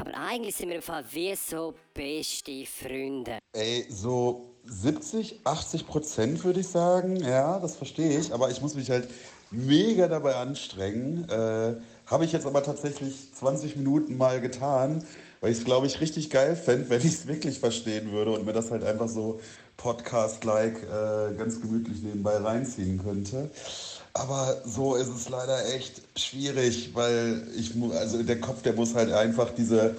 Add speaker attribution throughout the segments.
Speaker 1: Aber eigentlich sind wir im Fall wie so beste Freunde.
Speaker 2: Ey, so 70, 80 Prozent würde ich sagen. Ja, das verstehe ich. Aber ich muss mich halt mega dabei anstrengen. Äh, Habe ich jetzt aber tatsächlich 20 Minuten mal getan, weil ich es, glaube ich, richtig geil fände, wenn ich es wirklich verstehen würde und mir das halt einfach so Podcast-like äh, ganz gemütlich nebenbei reinziehen könnte. Aber so ist es leider echt schwierig, weil ich, mu- also der Kopf, der muss halt einfach diese,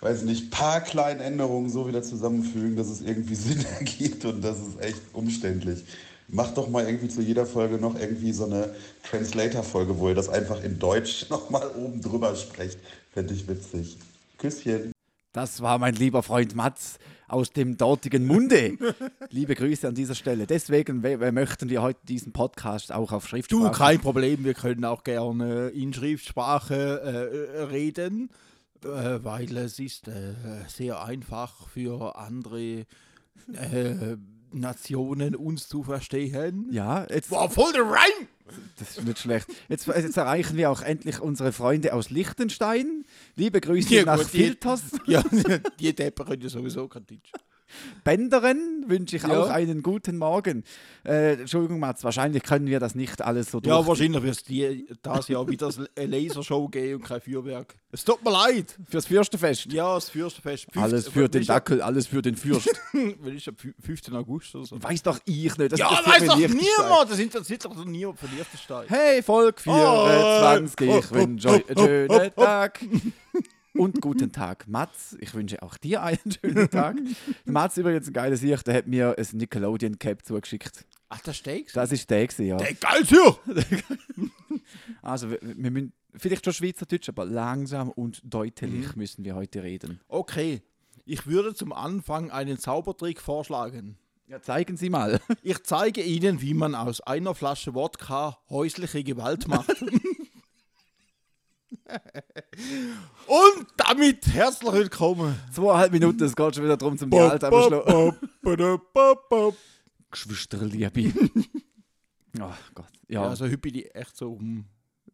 Speaker 2: weiß nicht, paar kleinen Änderungen so wieder zusammenfügen, dass es irgendwie Sinn ergibt und das ist echt umständlich. Macht doch mal irgendwie zu jeder Folge noch irgendwie so eine Translator-Folge, wo ihr das einfach in Deutsch nochmal oben drüber sprecht. Fände ich witzig. Küsschen.
Speaker 3: Das war mein lieber Freund Mats aus dem dortigen Munde. Liebe Grüße an dieser Stelle. Deswegen we- we- möchten wir heute diesen Podcast auch auf Schriftsprache.
Speaker 4: Du, kein Problem, wir können auch gerne in Schriftsprache äh, reden, äh, weil es ist äh, sehr einfach für andere äh, Nationen uns zu verstehen.
Speaker 3: Ja, jetzt,
Speaker 4: Boah, voll der Reim!
Speaker 3: das ist nicht schlecht. Jetzt, jetzt erreichen wir auch endlich unsere Freunde aus Liechtenstein. Liebe Grüße
Speaker 4: Ja,
Speaker 3: nach
Speaker 4: gut, die-
Speaker 3: Filters.
Speaker 4: Ja, die Deppen können ja sowieso kein Deutsch.
Speaker 3: Bänderen wünsche ich
Speaker 4: Ja.
Speaker 3: auch einen guten Morgen. Äh, Entschuldigung, Mats, wahrscheinlich können wir das nicht alles so
Speaker 4: Ja,
Speaker 3: durch-
Speaker 4: wahrscheinlich wird es die- das Jahr wieder eine Lasershow geben und kein Feuerwerk. Es tut mir leid!
Speaker 3: Fürs Fürstenfest.
Speaker 4: Ja, das Fürstenfest. fünf-
Speaker 3: Alles für den
Speaker 4: welcher-
Speaker 3: Dackel, alles für den Fürst.
Speaker 4: Wann ist das? Fü- 15. August oder so?
Speaker 3: weiß doch ich nicht. Das
Speaker 4: Ja,
Speaker 3: interessiert
Speaker 4: weiß doch
Speaker 3: mich nicht.
Speaker 4: niemand! Das interessiert doch niemand von Liechtenstein.
Speaker 3: Hey, Volk 24,
Speaker 4: Oh.
Speaker 3: ich wünsche euch einen schönen Tag. Und guten Tag, Mats. Ich wünsche auch dir einen schönen Tag. Mats übrigens ein geiles Ich, der hat mir ein Nickelodeon Cap zugeschickt.
Speaker 4: Ach, das steigst
Speaker 3: Das ist der, gewesen, ja.
Speaker 4: Hey, geil hier!
Speaker 3: Also, wir, wir müssen vielleicht schon Schweizerdeutsch, aber langsam und deutlich müssen wir heute reden.
Speaker 4: Okay, ich würde zum Anfang einen Zaubertrick vorschlagen.
Speaker 3: Ja, zeigen Sie mal.
Speaker 4: Ich zeige Ihnen, wie man aus einer Flasche Wodka häusliche Gewalt macht. Und damit herzlich willkommen.
Speaker 3: Zweieinhalb Minuten, es geht schon wieder darum, zum Gehalt abzuschlagen. Geschwisterliebe. Oh Gott. Ja,
Speaker 4: Also hüppe ich die echt so um.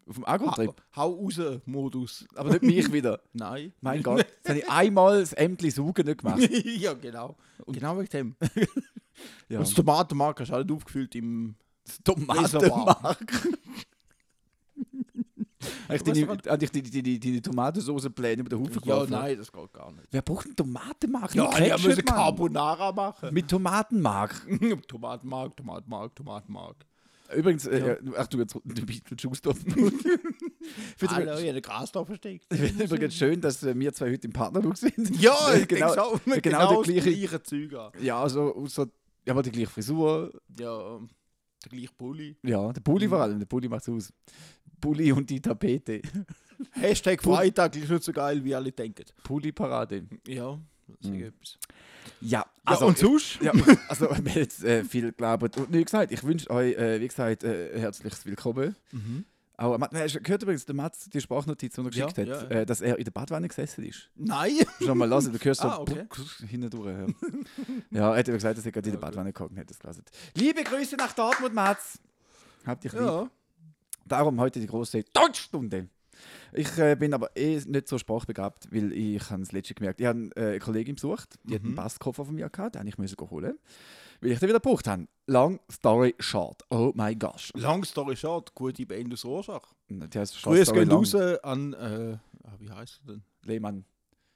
Speaker 3: auf dem Agro-Trip.
Speaker 4: Hau raus Modus.
Speaker 3: Aber nicht mich wieder.
Speaker 4: Nein.
Speaker 3: Mein Gott, jetzt habe ich einmal das Ämtli saugen nicht gemacht.
Speaker 4: ja, genau. genau wegen dem.
Speaker 3: Ja.
Speaker 4: Und das Tomatenmark hast du auch nicht aufgefüllt im
Speaker 3: Tomatenmark. Habe ich
Speaker 4: Weißt du
Speaker 3: deine,
Speaker 4: was?
Speaker 3: hab ich die, die, die, die Tomatensoße-Pläne über den Haufen
Speaker 4: Ja,
Speaker 3: geworfen?
Speaker 4: nein, das geht gar nicht.
Speaker 3: Wer braucht einen Tomatenmark?
Speaker 4: Ja,
Speaker 3: Nur
Speaker 4: ich
Speaker 3: Ketchup,
Speaker 4: müssen
Speaker 3: Mann.
Speaker 4: Carbonara machen.
Speaker 3: Mit Tomatenmark.
Speaker 4: Tomatenmark, Tomatenmark, Tomatenmark.
Speaker 3: Übrigens, äh, ach du, jetzt, du bist du Schuhstoff.
Speaker 4: Ah, da habe ich den Gras da versteckt.
Speaker 3: Ich finde es übrigens schön, dass äh, wir zwei heute im Partnerlook sind.
Speaker 4: Ja,
Speaker 3: Weil
Speaker 4: genau,
Speaker 3: genau,
Speaker 4: genau,
Speaker 3: genau der
Speaker 4: das
Speaker 3: gleiche.
Speaker 4: gleiche Zeug an.
Speaker 3: Ja, also, außer, ja, aber die gleiche Frisur.
Speaker 4: Ja, ähm, der gleiche Pulli.
Speaker 3: Ja, der
Speaker 4: Mhm.
Speaker 3: Pulli vor allem, der Pulli macht's aus. Pulli und die Tapete.
Speaker 4: Hashtag Freitag ist nicht so geil, wie alle denken. Hm.
Speaker 3: Pulli-Parade.
Speaker 4: Ja, sag etwas.
Speaker 3: Ja,
Speaker 4: Ja,
Speaker 3: also,
Speaker 4: und sonst?
Speaker 3: Ja, also wir haben jetzt äh, viel gelabert und nichts gesagt. Ich wünsche euch, äh, wie gesagt, äh, herzliches Willkommen. Auch, Matt, hast du gehört übrigens, der Mats, die Sprachnotz, die er
Speaker 4: Mhm. Ja,
Speaker 3: geschickt
Speaker 4: ja,
Speaker 3: hat,
Speaker 4: ja.
Speaker 3: Äh, dass er in der Badwanne gesessen ist.
Speaker 4: Nein!
Speaker 3: Schon mal lassen, du hörst so
Speaker 4: Ah, okay.
Speaker 3: puck, hinten durch. Ja. ja, er hat eben gesagt, dass er gerade in der Badwanne gekommen hat. Das gelesen. Liebe Grüße nach Dortmund, Mats. Habt dich lieb.
Speaker 4: Ja.
Speaker 3: Darum heute die große Deutschstunde. Ich äh, bin aber eh nicht so sprachbegabt, weil ich habe es letztens gemerkt. Ich habe äh, eine Kollegin besucht, die
Speaker 4: Mhm.
Speaker 3: hat einen Basskoffer von mir gehabt, den ich müssen go holen, weil ich den wieder gebraucht habe. Long story short. Oh my gosh.
Speaker 4: Long story short, gute Bendus Rorschach.
Speaker 3: Die heißt Short
Speaker 4: Grüße
Speaker 3: Story
Speaker 4: gehen
Speaker 3: Long.
Speaker 4: raus an, äh, ah, wie heißt er denn?
Speaker 3: Lehmann.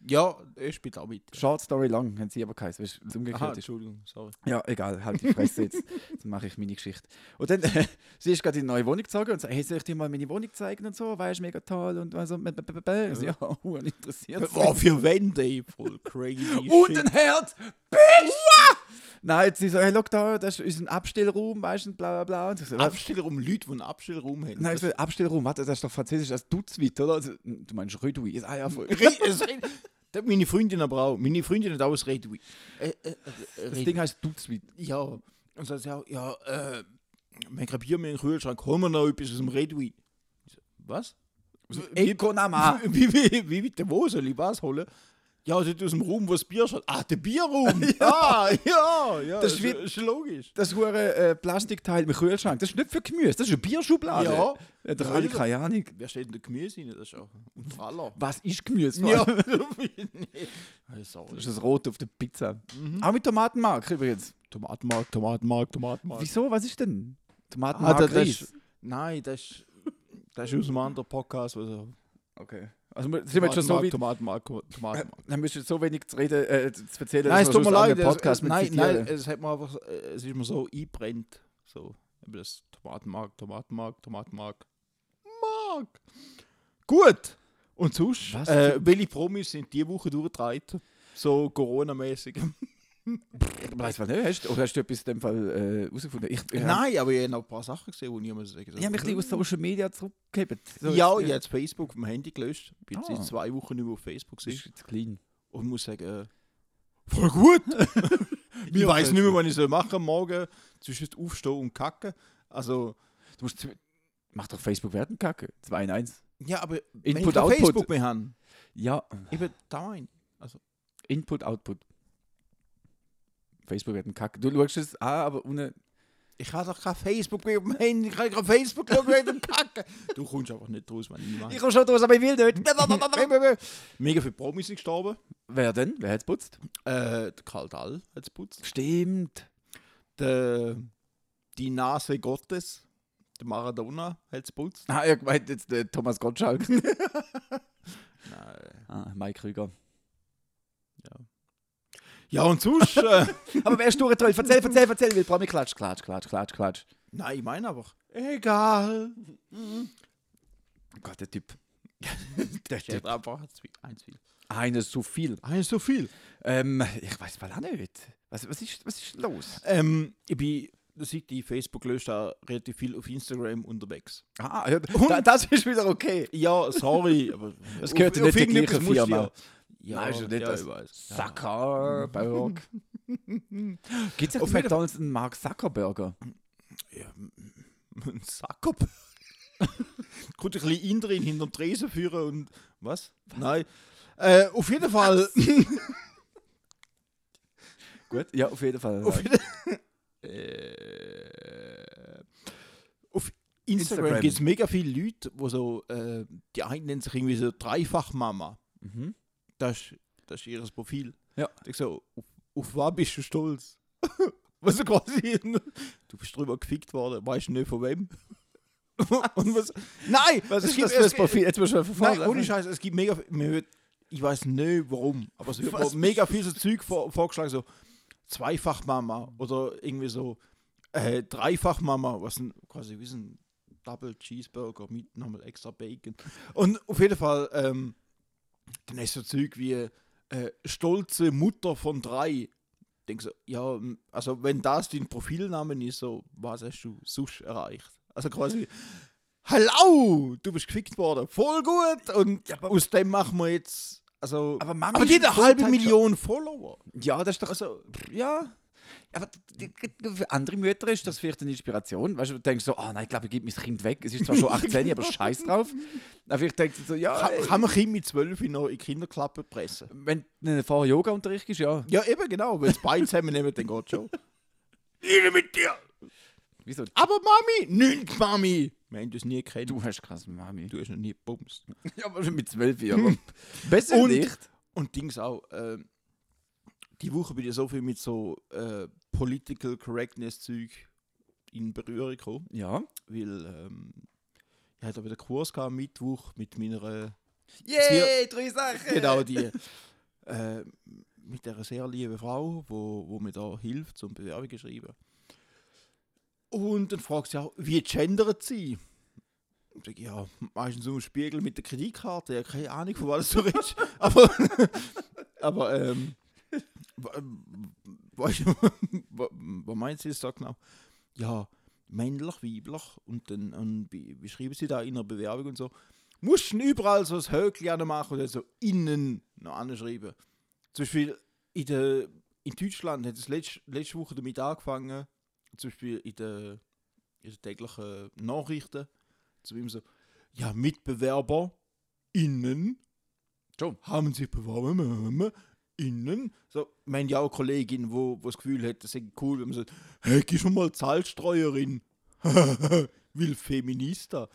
Speaker 4: Ja, ich bin damit.
Speaker 3: Short story long, haben sie aber geheißen, weil es umgekehrt
Speaker 4: Aha,
Speaker 3: ist.
Speaker 4: Entschuldigung, sorry.
Speaker 3: Ja, egal, halt die Fresse jetzt. Jetzt mache ich meine Geschichte. Und dann, sie ist gerade in eine neue Wohnung gezogen und sagt, hey, soll ich dir mal meine Wohnung zeigen und so, weißt mega toll und also, so. Und sie, ja, huere interessiert. sie.
Speaker 4: Boah, für wen, Dave? Voll crazy
Speaker 3: Und
Speaker 4: shit.
Speaker 3: ein Herd! Bist! Nein, jetzt sie so, hey, schau da, das ist unser Abstellraum, weißt du, und bla bla bla. Und ich so, was?
Speaker 4: Abstellraum, Leute, die einen Abstellraum haben.
Speaker 3: Nein, ich so, Abstellraum, warte, das ist doch französisch, das ist Dutzwit, oder? Also, du meinst Rüdui, ist ah ja voll.
Speaker 4: Re- es redet- Das hat meine Freundin aber auch. Meine Freundin hat auch ein Redui. Äh, äh, äh,
Speaker 3: Das
Speaker 4: Redui.
Speaker 3: Ding heißt Dutzwit.
Speaker 4: Ja. Und sagt sie auch, ja, äh, wir haben kein Bier mehr im Kühlschrank, holen wir noch etwas aus dem Redui. Ich so, Was?
Speaker 3: Ekonama.
Speaker 4: Wie, wie, wie bitte, wo soll ich was holen? Ja, also aus dem Raum, wo das Bier schon. Ah, der Bierraum! ja, ja, ja.
Speaker 3: Das
Speaker 4: Das
Speaker 3: ist
Speaker 4: ist,
Speaker 3: wie-
Speaker 4: ist logisch.
Speaker 3: Das hure äh, Plastikteil mit Kühlschrank, das ist nicht für Gemüse, das ist eine Bierschublade.
Speaker 4: Ja.
Speaker 3: Hat doch alle keine Ahnung.
Speaker 4: Wer steht denn da Gemüse rein? Das ist auch ein Faller.
Speaker 3: Was ist Gemüse?
Speaker 4: Ja. nee. Also,
Speaker 3: Das ist das Rote auf der Pizza. Auch mit Tomatenmark übrigens.
Speaker 4: Mhm. Tomatenmark, Tomatenmark, Tomatenmark.
Speaker 3: Wieso? Was ist denn?
Speaker 4: Ah,
Speaker 3: Tomatenmark
Speaker 4: das, das
Speaker 3: Reis.
Speaker 4: ist, nein, das ist, das ist aus einem anderen Podcast. Also,
Speaker 3: Okay. Also wir- sind wir jetzt schon so weit.
Speaker 4: Tomatenmark, Tomatenmark.
Speaker 3: Dann müsst ihr jetzt so wenig zu reden, äh, zu zu erzählen,
Speaker 4: Äh, Nein, es
Speaker 3: wir
Speaker 4: tut mir
Speaker 3: schon
Speaker 4: leid.
Speaker 3: einen Podcast
Speaker 4: es,
Speaker 3: mit
Speaker 4: nein,
Speaker 3: zitieren.
Speaker 4: nein, es, hat mir einfach, äh, es ist mir so eingebrennt. So, eben das Tomatenmark, Tomatenmark, Tomatenmark. Mark. Gut. Und sonst,
Speaker 3: Was
Speaker 4: äh, welche Promis sind diese Woche durchgetragen? So Corona-mäßig.
Speaker 3: Ich äh, weiß was nicht. Hast, oder hast du etwas in dem Fall äh, herausgefunden? Ich, ich hab-
Speaker 4: Nein, aber ich habe noch ein paar Sachen gesehen, die niemand gesagt hat.
Speaker 3: Ich habe mich ein bisschen aus Social Media zurückgegeben. So,
Speaker 4: ja,
Speaker 3: jetzt-
Speaker 4: ich habe jetzt Facebook vom Handy gelöscht. Bin jetzt
Speaker 3: Ah.
Speaker 4: seit zwei Wochen nicht mehr auf Facebook
Speaker 3: Das
Speaker 4: gewesen.
Speaker 3: ist jetzt klein.
Speaker 4: Und muss sagen, äh, voll gut. ich weiß nicht mehr, was ich soll machen soll. Morgen zwischen Aufstehen und Kacken. Also,
Speaker 3: Du musst, zw- mach doch Facebook werden kacke. 2 in 1.
Speaker 4: ja, aber wenn ich
Speaker 3: Input,
Speaker 4: kein
Speaker 3: Output.
Speaker 4: Facebook mehr habe,
Speaker 3: Ja,
Speaker 4: ich bin da ein.
Speaker 3: Input, Output. Facebook werden kacke. Du schaust es an, aber ohne.
Speaker 4: Ich habe doch kein Facebook mehr auf dem Handy. Ich kann kein Facebook mehr auf dem Kacken. Du kommst einfach nicht raus, wenn ich nicht mache.
Speaker 3: komme schon draus, aber ich will
Speaker 4: Mega viele Promis sind gestorben.
Speaker 3: Wer denn? Wer hat es putzt?
Speaker 4: Äh, der Karl Dall hat es putzt.
Speaker 3: Stimmt.
Speaker 4: Der, die Nase Gottes, der Maradona hat es putzt.
Speaker 3: Ah, ihr meint jetzt äh, Thomas Gottschalk.
Speaker 4: Nein.
Speaker 3: ah, Mike Krüger.
Speaker 4: Ja, und sonst. äh,
Speaker 3: Aber wer ist durchgetrollt? Erzähl, erzähl, erzähl. Will Promi klatsch, klatsch, klatsch, klatsch, klatsch.
Speaker 4: Nein, ich meine einfach. Egal.
Speaker 3: Oh Mhm. Gott, der Typ.
Speaker 4: Der steht einfach ein zu viel. Ein zu viel.
Speaker 3: Eines zu viel.
Speaker 4: Eins zu Ah, viel.
Speaker 3: Ähm, ich weiß mal auch nicht. Was, was, ist, was ist los?
Speaker 4: Ähm, ich bin, seit ich Facebook gelöscht habe, relativ viel auf Instagram unterwegs.
Speaker 3: Ah, ja, da, das ist wieder okay.
Speaker 4: Ja, sorry, aber.
Speaker 3: Das gehört ja nicht zur gleichen Firma.
Speaker 4: Ja,
Speaker 3: Nein, ist ja nicht
Speaker 4: ja,
Speaker 3: das-
Speaker 4: ich weiß.
Speaker 3: Zuckerberg. Gibt es auf
Speaker 4: Auf jeden
Speaker 3: McDonalds einen Mark Zuckerberger?
Speaker 4: Ein Sackup. Kommt ein bisschen Indrin hinterm Tresen führen und. Was? Nein. Äh, auf jeden Fall.
Speaker 3: Gut, ja, auf jeden Fall.
Speaker 4: Auf, äh, auf
Speaker 3: Instagram.
Speaker 4: Instagram, gibt's gibt es mega viele Leute, wo so, äh, die einen nennen sich irgendwie so Dreifachmama.
Speaker 3: Mhm.
Speaker 4: Das, ist- das ist ihr Profil.
Speaker 3: Ja.
Speaker 4: Ich so, auf, auf was bist du stolz? was so quasi, du bist drüber gefickt worden, weißt nicht von wem. Und was, nein,
Speaker 3: Was
Speaker 4: es
Speaker 3: ist
Speaker 4: gibt-
Speaker 3: das für ein
Speaker 4: es gibt-
Speaker 3: Profil? Jetzt müssen wir verfahren.
Speaker 4: Nein, ohne Scheiß, es gibt mega mir wird- Ich weiß nicht warum, aber es wird
Speaker 3: Was?
Speaker 4: mir mega viel so Zeug vor, vorgeschlagen, so Zweifachmama oder irgendwie so äh, Dreifachmama, was ein, quasi wie so ein Double Cheeseburger mit nochmal extra Bacon. Und auf jeden Fall, ähm, dann ist so Zeug wie äh, stolze Mutter von drei. Denk so, ja, m, also wenn das dein Profilname ist, so, was hast du sonst erreicht? Also quasi, hallo, du bist gefickt worden, voll gut und aus dem machen wir jetzt, also,
Speaker 3: Aber Mami
Speaker 4: aber die hat
Speaker 3: ist
Speaker 4: eine halbe
Speaker 3: Vollzeit-
Speaker 4: Million Follower.
Speaker 3: Ja, das ist doch so. Ja. Aber die- die- für andere Mütter ist das vielleicht eine Inspiration. Weißt du, du denkst so, ah nein, ich glaube, ich gebe mein Kind weg. Es ist zwar schon 18, aber scheiß drauf. Aber vielleicht denkst du so, ja,
Speaker 4: Kann, kann man Kind mit 12 noch in die Kinderklappe pressen?
Speaker 3: wenn du vorher Yoga-Unterricht ist, ja.
Speaker 4: Ja, eben genau, wenn es beide zusammennehmen, dann geht schon. Ich mit dir!
Speaker 3: Wieso?
Speaker 4: Aber Mami, nicht Mami! Wir haben das nie gekannt.
Speaker 3: Du hast krass Mami.
Speaker 4: du hast noch nie bumst.
Speaker 3: Ja, aber schon mit 12 Jahren. Besser
Speaker 4: Und-
Speaker 3: nicht.
Speaker 4: Und Dings auch, äh, die Woche bin ich so viel mit so äh, Political Correctness-Zeug in Berührung gekommen,
Speaker 3: Ja.
Speaker 4: weil ähm, ich hatte aber den Kurs gehabt, am Mittwoch mit meiner,
Speaker 3: Yay, drei Sachen.
Speaker 4: genau die, äh, mit der sehr lieben Frau, wo, wo mir da hilft zum Bewerbung zu schreiben. Und dann fragt sie auch, wie gendert sie? Ich sage, ja, meistens um Spiegel mit der Kreditkarte, ja, keine Ahnung, von was du redest. aber, aber, ähm, wa- weißt du, wa- was meint sie jetzt da genau? Ja, männlich, weiblich und dann und wie, wie schreiben sie da in der Bewerbung und so. Musst du überall so ein Höckchen machen oder so innen noch anschreiben. Zum Beispiel in, der, in Deutschland hat es letzte, letzte Woche damit angefangen, zum Beispiel in den in der täglichen Nachrichten, zu ihm so, ja, Mitbewerber innen
Speaker 3: Schon.
Speaker 4: haben sich beworben innen. So, meine ja auch eine Kollegin, wo, wo das Gefühl hat, das ist cool, wenn man sagt, hey, geh schon mal Zahlstreuerin, will Feminista.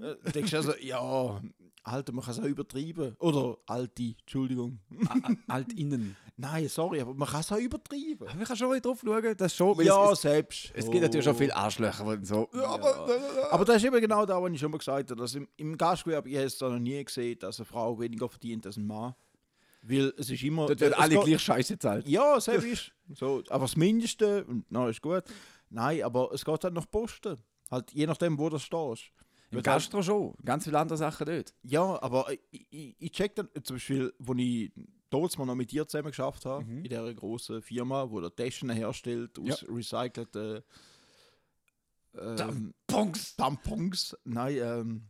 Speaker 4: Äh, Denkst du also, ja, Alter, man kann es auch übertreiben. Oder Alti, Entschuldigung.
Speaker 3: Alt halt innen.
Speaker 4: Nein, sorry, aber man kann es auch übertreiben.
Speaker 3: Aber man kann schon ein bisschen drauf schauen, das schon. weil es,
Speaker 4: selbst.
Speaker 3: es, es gibt natürlich schon viele Arschlöcher, die so. Ja, aber.
Speaker 4: Aber das ist eben genau da, was ich schon mal gesagt habe. Dass im, Im Gastgewerbe, ich habe es da noch nie gesehen, dass eine Frau weniger verdient als ein Mann. Weil es ist immer.
Speaker 3: Dort werden
Speaker 4: es
Speaker 3: alle
Speaker 4: geht-
Speaker 3: gleich Scheiße zahlt.
Speaker 4: Ja, selbst ist. So, aber das Mindeste, und na, ist gut. Nein, aber es geht halt nach Posten. Halt, je nachdem, wo du stehst.
Speaker 3: Im
Speaker 4: Weil
Speaker 3: Gastro schon. Ganz viele andere Sachen dort.
Speaker 4: dann- Ja, aber ich, ich, ich check dann, zum Beispiel, wo ich damals mal noch mit dir zusammen geschafft habe,
Speaker 3: Mhm.
Speaker 4: in dieser großen Firma, wo der Taschen herstellt aus recycelten. Ähm,
Speaker 3: Punks!
Speaker 4: Tampons, nein, ähm,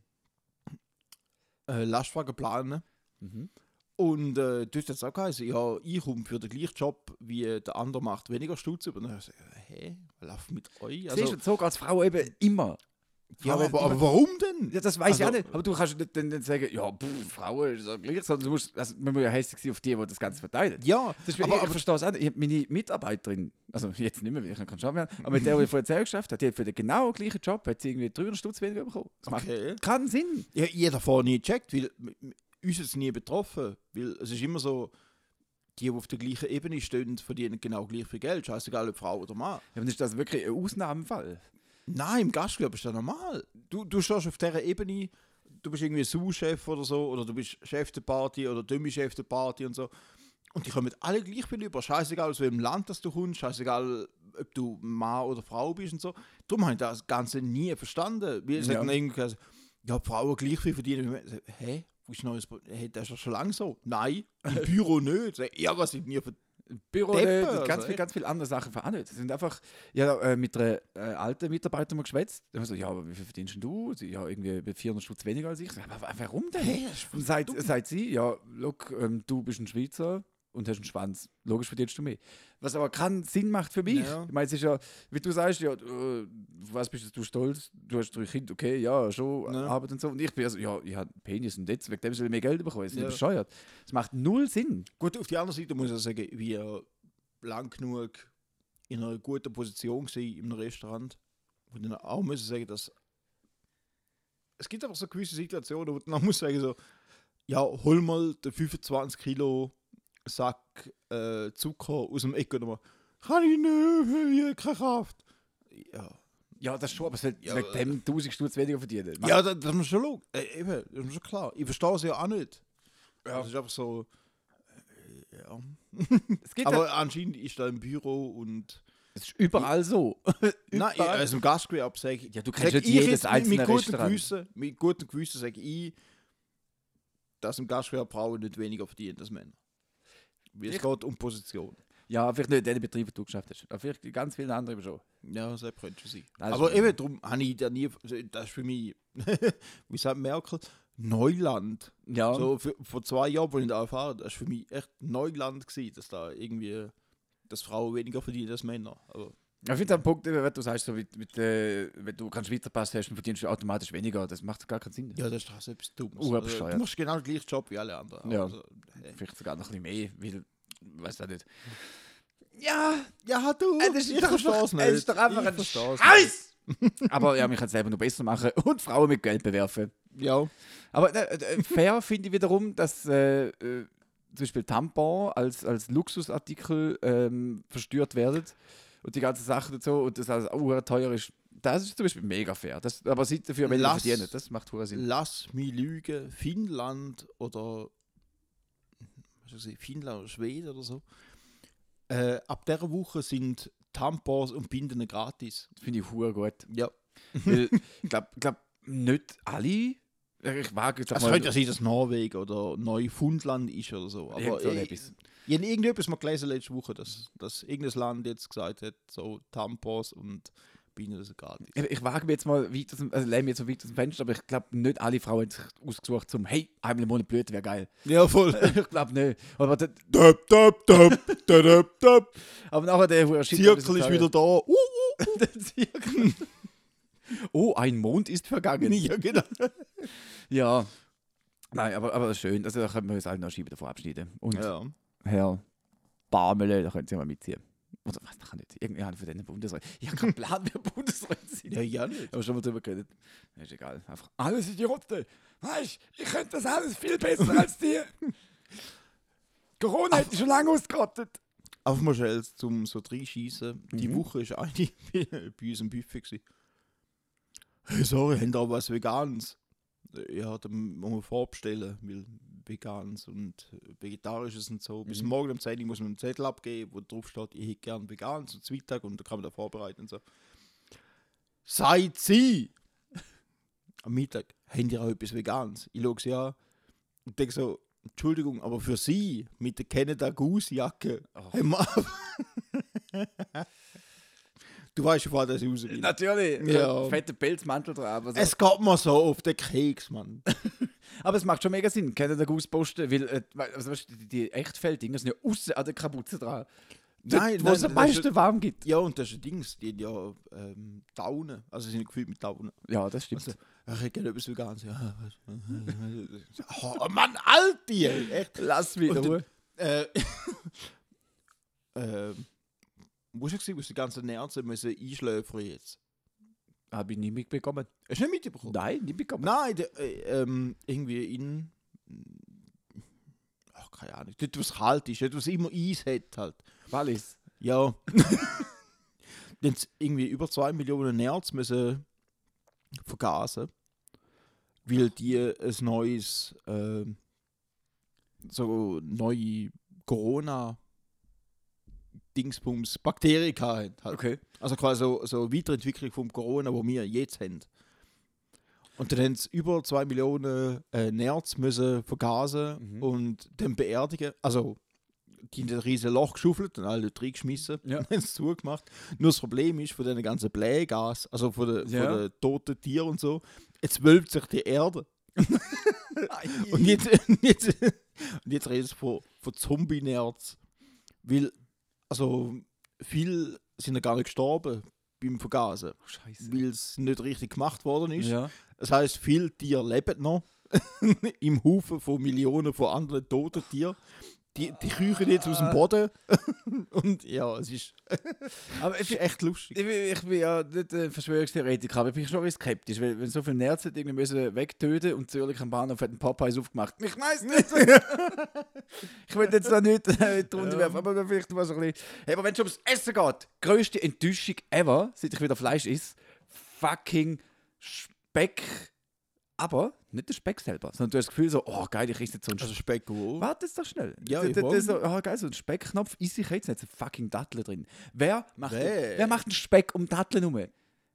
Speaker 4: äh, Lastwagen planen.
Speaker 3: Mhm.
Speaker 4: Und äh, dort hat es auch geheißen, ja, ich komme für den gleichen Job, wie äh, der andere macht, weniger Stutz. Und dann habe ich gesagt, hä, was läuft mit euch?
Speaker 3: Also, Siehst du, so geht als Frau eben immer.
Speaker 4: ja, aber,
Speaker 3: Frauen-
Speaker 4: aber warum denn?
Speaker 3: Ja, das weiß ich auch
Speaker 4: Also-
Speaker 3: nicht. Aber du kannst nicht, dann nicht sagen, ja, pff, Frauen ist das gleich, sondern du musst, also, man muss ja heiß sein auf die, die das Ganze verteilen.
Speaker 4: Ja,
Speaker 3: Das ist, eh- aber,
Speaker 4: aber-
Speaker 3: ich, ich
Speaker 4: aber-
Speaker 3: verstehe es auch nicht. Ich habe meine Mitarbeiterin, also jetzt nicht mehr, weil ich kann schon mehr, aber mit der, die ich vorher zusammen geschafft habe, die hat für den genau gleichen Job hat sie irgendwie 300 Stutz weniger bekommen. Das
Speaker 4: Okay.
Speaker 3: macht keinen Sinn.
Speaker 4: Ja, ich habe davor nie gecheckt, weil m- m- uns hat es nie betroffen. Weil es ist immer so, die, die auf der gleichen Ebene stehen, verdienen genau gleich viel Geld. Scheißegal, ob Frau oder Mann.
Speaker 3: Ja, aber ist das wirklich ein Ausnahmefall?
Speaker 4: Nein, im Gastgewerbe ist das normal. Du, du stehst auf dieser Ebene, du bist irgendwie Sous-Chef oder so, oder du bist Chef der Party oder dummi Chef der Party und so. Und die kommen alle gleich viel über. Scheißegal, aus welchem Land das du kommst, scheißegal, ob du Mann oder Frau bist und so. Darum habe ich das Ganze nie verstanden. Weil es
Speaker 3: Ja.
Speaker 4: hat dann irgendwie gesagt, also, ja, die Frauen gleich viel verdienen. wie Männer. Ich sag, Hä? Wo ist neues? Pro- Hey, das ist doch schon lange so. Nein, im Büro nicht. Ich sag, Ja, was ich mir verdient.
Speaker 3: Büro,
Speaker 4: Deppen,
Speaker 3: äh, ganz,
Speaker 4: also
Speaker 3: viel,
Speaker 4: echt.
Speaker 3: ganz viele andere Sachen auch nicht. Sie sind einfach, ja, äh, mit einer äh, alten Mitarbeiterin mal geschwätzt. Dann haben so, ja, aber wie viel verdienst denn du? Sie, ja, irgendwie bei 400 Stutz weniger als ich. Ich so, Aber wa- warum denn? und sagt, sagt sie, ja, look, ähm, du bist ein Schweizer und hast einen Schwanz. Logisch verdienst du mehr. Was aber keinen Sinn macht für mich.
Speaker 4: Ja.
Speaker 3: Ich meine, es ist ja, wie du sagst, ja, äh, was bist du stolz? Du hast drei Kinder, okay, ja, schon,
Speaker 4: Ja.
Speaker 3: Arbeit und so. Und ich bin also, ja, ich habe einen Penis und jetzt, wegen dem soll ich mehr Geld bekommen. Das ist ja.
Speaker 4: Ja.
Speaker 3: bescheuert. Das macht null Sinn.
Speaker 4: Gut, auf der anderen Seite muss ich sagen, wir lang genug in einer guten Position gewesen im Restaurant. Und dann auch muss ich sagen, dass es gibt einfach so gewisse Situationen, wo dann auch muss sagen so, ja, hol mal den 25 Kilo Sack äh, Zucker aus dem Eck und mal, kann ich nicht, ich hab keine Kraft. Ja,
Speaker 3: Ja, das schon, aber es wird
Speaker 4: Ja,
Speaker 3: wegen
Speaker 4: aber-
Speaker 3: dem 1000 Stutz weniger verdienen.
Speaker 4: ja das, das muss schon logisch. Äh, eben, das ist schon klar. Ich verstehe es ja auch nicht.
Speaker 3: Ja.
Speaker 4: Das ist einfach so, äh, ja.
Speaker 3: es gibt halt,
Speaker 4: Aber anscheinend ist da im Büro und.
Speaker 3: es ist überall so.
Speaker 4: Nein, ich- also im Gastgewerbe sage ich.
Speaker 3: Ja, du kennst
Speaker 4: sag
Speaker 3: nicht
Speaker 4: ich
Speaker 3: jedes
Speaker 4: jetzt mit-
Speaker 3: einzelne
Speaker 4: mit gutem
Speaker 3: Restaurant.
Speaker 4: Gewissen, mit gutem Gewissen sage ich, dass im Gastgewerbe Frauen nicht weniger verdienen als Männer. Weil es
Speaker 3: Ich-
Speaker 4: geht um Position.
Speaker 3: ja, vielleicht nicht in den Betrieben, die du geschafft hast. Aber vielleicht in ganz vielen anderen eben schon.
Speaker 4: Ja, das könnte schon sein.
Speaker 3: Das ist
Speaker 4: Aber
Speaker 3: schon-
Speaker 4: eben, darum habe ich da nie. Das ist für mich, wie sagt Merkel, Neuland.
Speaker 3: Ja,
Speaker 4: So, für, vor zwei Jahren, wo ich da erfahren das war für mich echt Neuland, gewesen, dass da irgendwie. dass Frauen weniger verdienen als Männer. Aber
Speaker 3: ich finde am Punkt, eben, wenn du sagst, so mit, mit, äh, wenn du keinen Schweizer Pass hast, dann verdienst du automatisch weniger. Das macht gar keinen Sinn.
Speaker 4: Ja, das ist doch selbst dumm.
Speaker 3: Uh,
Speaker 4: du
Speaker 3: bescheuert.
Speaker 4: machst genau den gleichen Job wie alle anderen.
Speaker 3: Ja.
Speaker 4: Also, äh,
Speaker 3: Vielleicht sogar noch ein bisschen mehr, weil, weiß auch nicht.
Speaker 4: ja, ja, du.
Speaker 3: Äh, das ist doch einfach- es ist doch einfach ein
Speaker 4: Scheiß.
Speaker 3: aber ja, man kann es selber noch besser machen und Frauen mit Geld bewerfen.
Speaker 4: Ja.
Speaker 3: Aber äh, äh, fair finde ich wiederum, dass äh, äh, zum Beispiel Tampon als, als Luxusartikel ähm, verstört werden und die ganzen Sachen dazu und das alles auch teuer ist. Das ist zum Beispiel mega fair. Das, aber sie dafür weniger
Speaker 4: Lass-
Speaker 3: verdienen. Das macht hoher Sinn.
Speaker 4: Lass mich lügen. Finnland oder. Was weiß ich, Finnland oder Schweden oder so. Äh, ab dieser Woche sind Tampons und Binden gratis.
Speaker 3: Das finde ich hoher gut.
Speaker 4: Ja.
Speaker 3: Weil ich glaube, glaub, nicht alle. äh, Ich wage jetzt auch
Speaker 4: Es könnte ja sein, dass Norwegen oder Neufundland ist oder so. Aber
Speaker 3: Irgend so
Speaker 4: ich,
Speaker 3: etwas.
Speaker 4: ich habe irgendetwas mal gelesen letzte Woche, dass, dass irgendein Land jetzt gesagt hat, so Tampons und Bienen das gratis.
Speaker 3: ich, ich wage mir jetzt mal weit aus dem, also lehne mich jetzt so weit aus dem Fenster, aber ich glaube, nicht alle Frauen haben sich ausgesucht zum Hey, einmal im Monat blöd wäre geil.
Speaker 4: Ja, voll.
Speaker 3: Ich glaube nicht. Aber, das,
Speaker 4: Döp, döp, döp, döp, döp.
Speaker 3: aber nachher der hohe Shit-
Speaker 4: Zirkel ist wieder da. Uh, uh, uh.
Speaker 3: Der Zirkel. Oh, ein Mond ist vergangen.
Speaker 4: Ja, genau.
Speaker 3: ja. Nein, aber, aber das ist schön. Also, da können wir uns alle noch Scheiben davon abschneiden. Und
Speaker 4: Ja.
Speaker 3: Herr Barmele, da können Sie mal mitziehen. Oder was, man kann nicht. Irgendjemand von diesen Bundesräten. Ich habe keinen Plan, wer Bundesräte sind.
Speaker 4: Ja, ja nicht.
Speaker 3: Haben wir schon mal drüber geredet? Ist egal. Einfach alles Idioten. Weißt du, ich könnte das alles viel besser als die. Corona hätte ich schon lange ausgerottet.
Speaker 4: Auf Marcel zum so reinschießen. Die Woche ist eine bei uns im Buffet. Gewesen. Hey, sorry, haben da was Veganes? Ja, dann muss man vorbestellen, weil Veganes und Vegetarisches und so. Bis morgen um 10 Uhr muss man einen Zettel abgeben, wo drauf steht, ich hätte gern Veganes und Zweitag und dann kann man da vorbereiten und so. Seid sie! Am Mittag, haben die auch etwas Veganes? Ich schaue sie an und denke so, Entschuldigung, aber für sie mit der Canada Goose Jacke. Hey, Mann. du weißt schon, dass ich raus bin.
Speaker 3: Natürlich.
Speaker 4: Ja.
Speaker 3: Fetter Pelzmantel drauf. Also.
Speaker 4: Es geht mir so auf den Keks, Mann.
Speaker 3: aber es macht schon mega Sinn. Kennt ihr den Gussposten? Weil äh, also, weißt, du, die, die Echtfelddinger sind ja außen an der Kapuze dran. Dort,
Speaker 4: Nein,
Speaker 3: wo
Speaker 4: nein,
Speaker 3: es am
Speaker 4: das ist-
Speaker 3: meisten warm gibt.
Speaker 4: ja, und das ist ein Dings, die haben ja ähm, Daunen. Also sie sind gefüllt mit Daunen.
Speaker 3: Ja, das stimmt.
Speaker 4: Also, ich hätte gerne etwas Veganes. Ja, was? oh, Mann, Alti! ey, Echt.
Speaker 3: Lass mich in
Speaker 4: Und
Speaker 3: Ruhe.
Speaker 4: Äh, äh, wo ist er? Wo die ganzen Nerven müssen einschläfern jetzt?
Speaker 3: Habe ich nicht mitbekommen.
Speaker 4: Hast du nicht mitbekommen?
Speaker 3: Nein, nicht mitbekommen.
Speaker 4: Nein, der, äh, ähm, irgendwie in. Ach, keine Ahnung. Dort, wo es kalt ist, dort, wo es immer Eis hat halt.
Speaker 3: Wallis.
Speaker 4: Ja. Dann s- irgendwie über 2 Millionen Nerds müssen vergasen, weil die ein neues, äh, so neue Corona-Dingsbums, Bakterien hatten. Halt.
Speaker 3: Okay.
Speaker 4: Also quasi so, so eine Weiterentwicklung vom Corona, wo wir jetzt haben. Und dann haben sie über 2 Millionen äh, Nerds müssen vergasen
Speaker 3: Mhm.
Speaker 4: und dann beerdigen. Also, die haben ein riesiges Loch geschuffelt und alle Leute reingeschmissen
Speaker 3: Ja.
Speaker 4: und haben es zugemacht. Nur das Problem ist, von diesen ganzen Blähgas, also von den,
Speaker 3: Ja.
Speaker 4: von den toten Tieren und so, jetzt wölbt sich die Erde. Und jetzt, und jetzt, und jetzt redest du von, von Zombie-Nerds. Weil, also, viele sind ja gar nicht gestorben beim Vergasen,
Speaker 3: Scheiße.
Speaker 4: weil es nicht richtig gemacht worden ist.
Speaker 3: Ja.
Speaker 4: Das heißt, viele Tiere leben noch im Haufen von Millionen von anderen toten Tieren. Die, die kriechen jetzt aus dem Boden. und ja, es ist,
Speaker 3: Aber
Speaker 4: es ist echt lustig.
Speaker 3: Ich bin, ich bin ja nicht ein Verschwörungstheoretiker, aber ich bin schon ein bisschen skeptisch, weil wenn so viele Nerds hätte irgendwie müssen wegtöten und Zürich am Bahnhof hat einen Popeyes aufgemacht. Ich weiß nicht. ich will jetzt da nicht äh, drunter werfen, aber vielleicht mal so ein bisschen. Hey, aber wenn es ums Essen geht, größte Enttäuschung ever, seit ich wieder Fleisch esse, fucking Speck. Aber nicht der Speck selber, sondern du hast das Gefühl so, oh geil, ich esse jetzt so einen
Speaker 4: Also Speck wohl.
Speaker 3: Warte jetzt doch schnell.
Speaker 4: Ja,
Speaker 3: D-
Speaker 4: ich
Speaker 3: d-
Speaker 4: wollte.
Speaker 3: d- so, ah, geil, so ein Speckknopf. Easy ich jetzt nicht. Fucking Dattel drin. Wer macht,
Speaker 4: Wer?
Speaker 3: wer macht einen Speck um Datteln rum?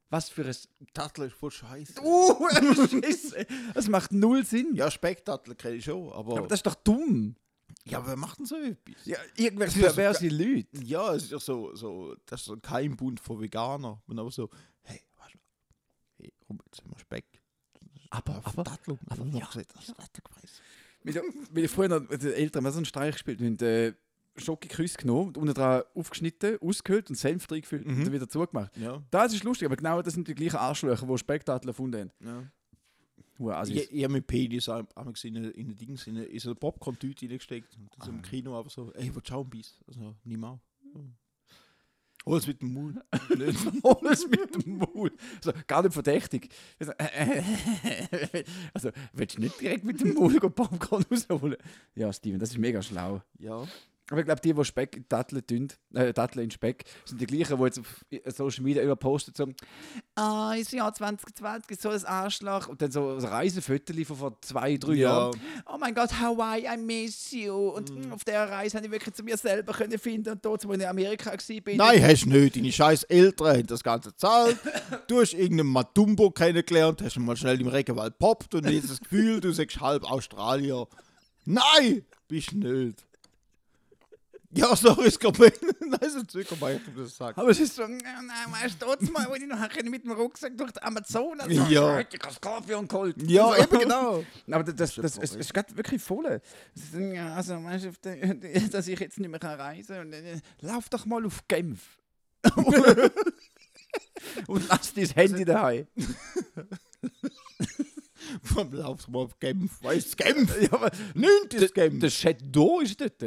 Speaker 3: Was für ein.
Speaker 4: Tattel ist voll scheiße.
Speaker 3: Uh, Scheiße. Das macht null Sinn.
Speaker 4: Ja, Specktattel kenne ich schon, aber,
Speaker 3: Aber das ist doch dumm.
Speaker 4: ja, aber wer macht denn so etwas?
Speaker 3: Ja, irgendwelche
Speaker 4: Das ist-
Speaker 3: perverse Leute.
Speaker 4: Ja, es ist ja so, so, das ist so kein Bund von Veganern. Und auch so, hey, weißt du, hey, komm, jetzt haben wir Speck.
Speaker 3: Aber,
Speaker 4: Aber,
Speaker 3: aber
Speaker 4: Dattel, aber, ja, das ist Dattel gefressen.
Speaker 3: wir haben früher noch mit den Eltern haben so einen Streich gespielt. Wir haben äh, Schokoküsse genommen und unten dran aufgeschnitten, ausgehöhlt und Senf reingefüllt und dann wieder zugemacht.
Speaker 4: Ja,
Speaker 3: Das ist lustig, aber genau das sind die gleichen Arschlöcher, die Speckdatteln erfunden haben. also
Speaker 4: ja.
Speaker 3: Hure Assis.
Speaker 4: Ich, ich habe mit Penis am- am gesehen, in in den Dings, in, eine- in so eine Popcorn-Tüte reingesteckt. Und das im Kino aber so, ey, wo schau ein bisschen. Also, niemals. Hol's mit dem Mund. Nicht.
Speaker 3: Hol es mit dem Maul. Also, gar nicht verdächtig. Also, also willst du nicht direkt mit dem Maul go Popcorn rausholen? Ja, Steven, das ist mega schlau.
Speaker 4: ja.
Speaker 3: Aber ich glaube, die, die Speck in Datteln tun, äh, Datteln in Speck, sind die gleichen, die jetzt auf Social Media immer posten, so, ah, ist Jahr 2020, ist so ein Arschloch. Und dann so ein Reisefotos von vor zwei, drei
Speaker 4: Ja.
Speaker 3: Jahren. Oh mein Gott, Hawaii, I miss you. Und mm, auf dieser Reise habe ich wirklich zu mir selber können finden. Und dort, wo ich in Amerika war,
Speaker 4: Nein, hast du nicht. Deine scheiß Eltern haben das Ganze gezahlt. Du hast irgendeinen Matumbo kennengelernt, hast ihn mal schnell im Regenwald poppt und jetzt das Gefühl, du sagst halb Australier. Nein, bist du nicht. Ja, sorry, es kommt mir. Nein, so zögert man, ich das sagen.
Speaker 3: Aber es ist so, nein, nein, weißt du, dort mal, wo ich noch können mit dem Rucksack durch die Amazonas
Speaker 4: Ja.
Speaker 3: Ich habe Skorpion geholt.
Speaker 4: Ja,
Speaker 3: Also,
Speaker 4: eben genau.
Speaker 3: Aber das, das, das ist, ist grad wirklich voll. Es ist, ja, Also, weißt du, auf der- dass ich jetzt nicht mehr kann reisen kann. Und dann, äh, Lauf doch mal auf Genf. Also, und lass dein Handy daheim.
Speaker 4: vom Laufmob Genf. Weißt du, Genf?
Speaker 3: Ja, aber
Speaker 4: Neuntes Genf.
Speaker 3: das Chateau ist dort.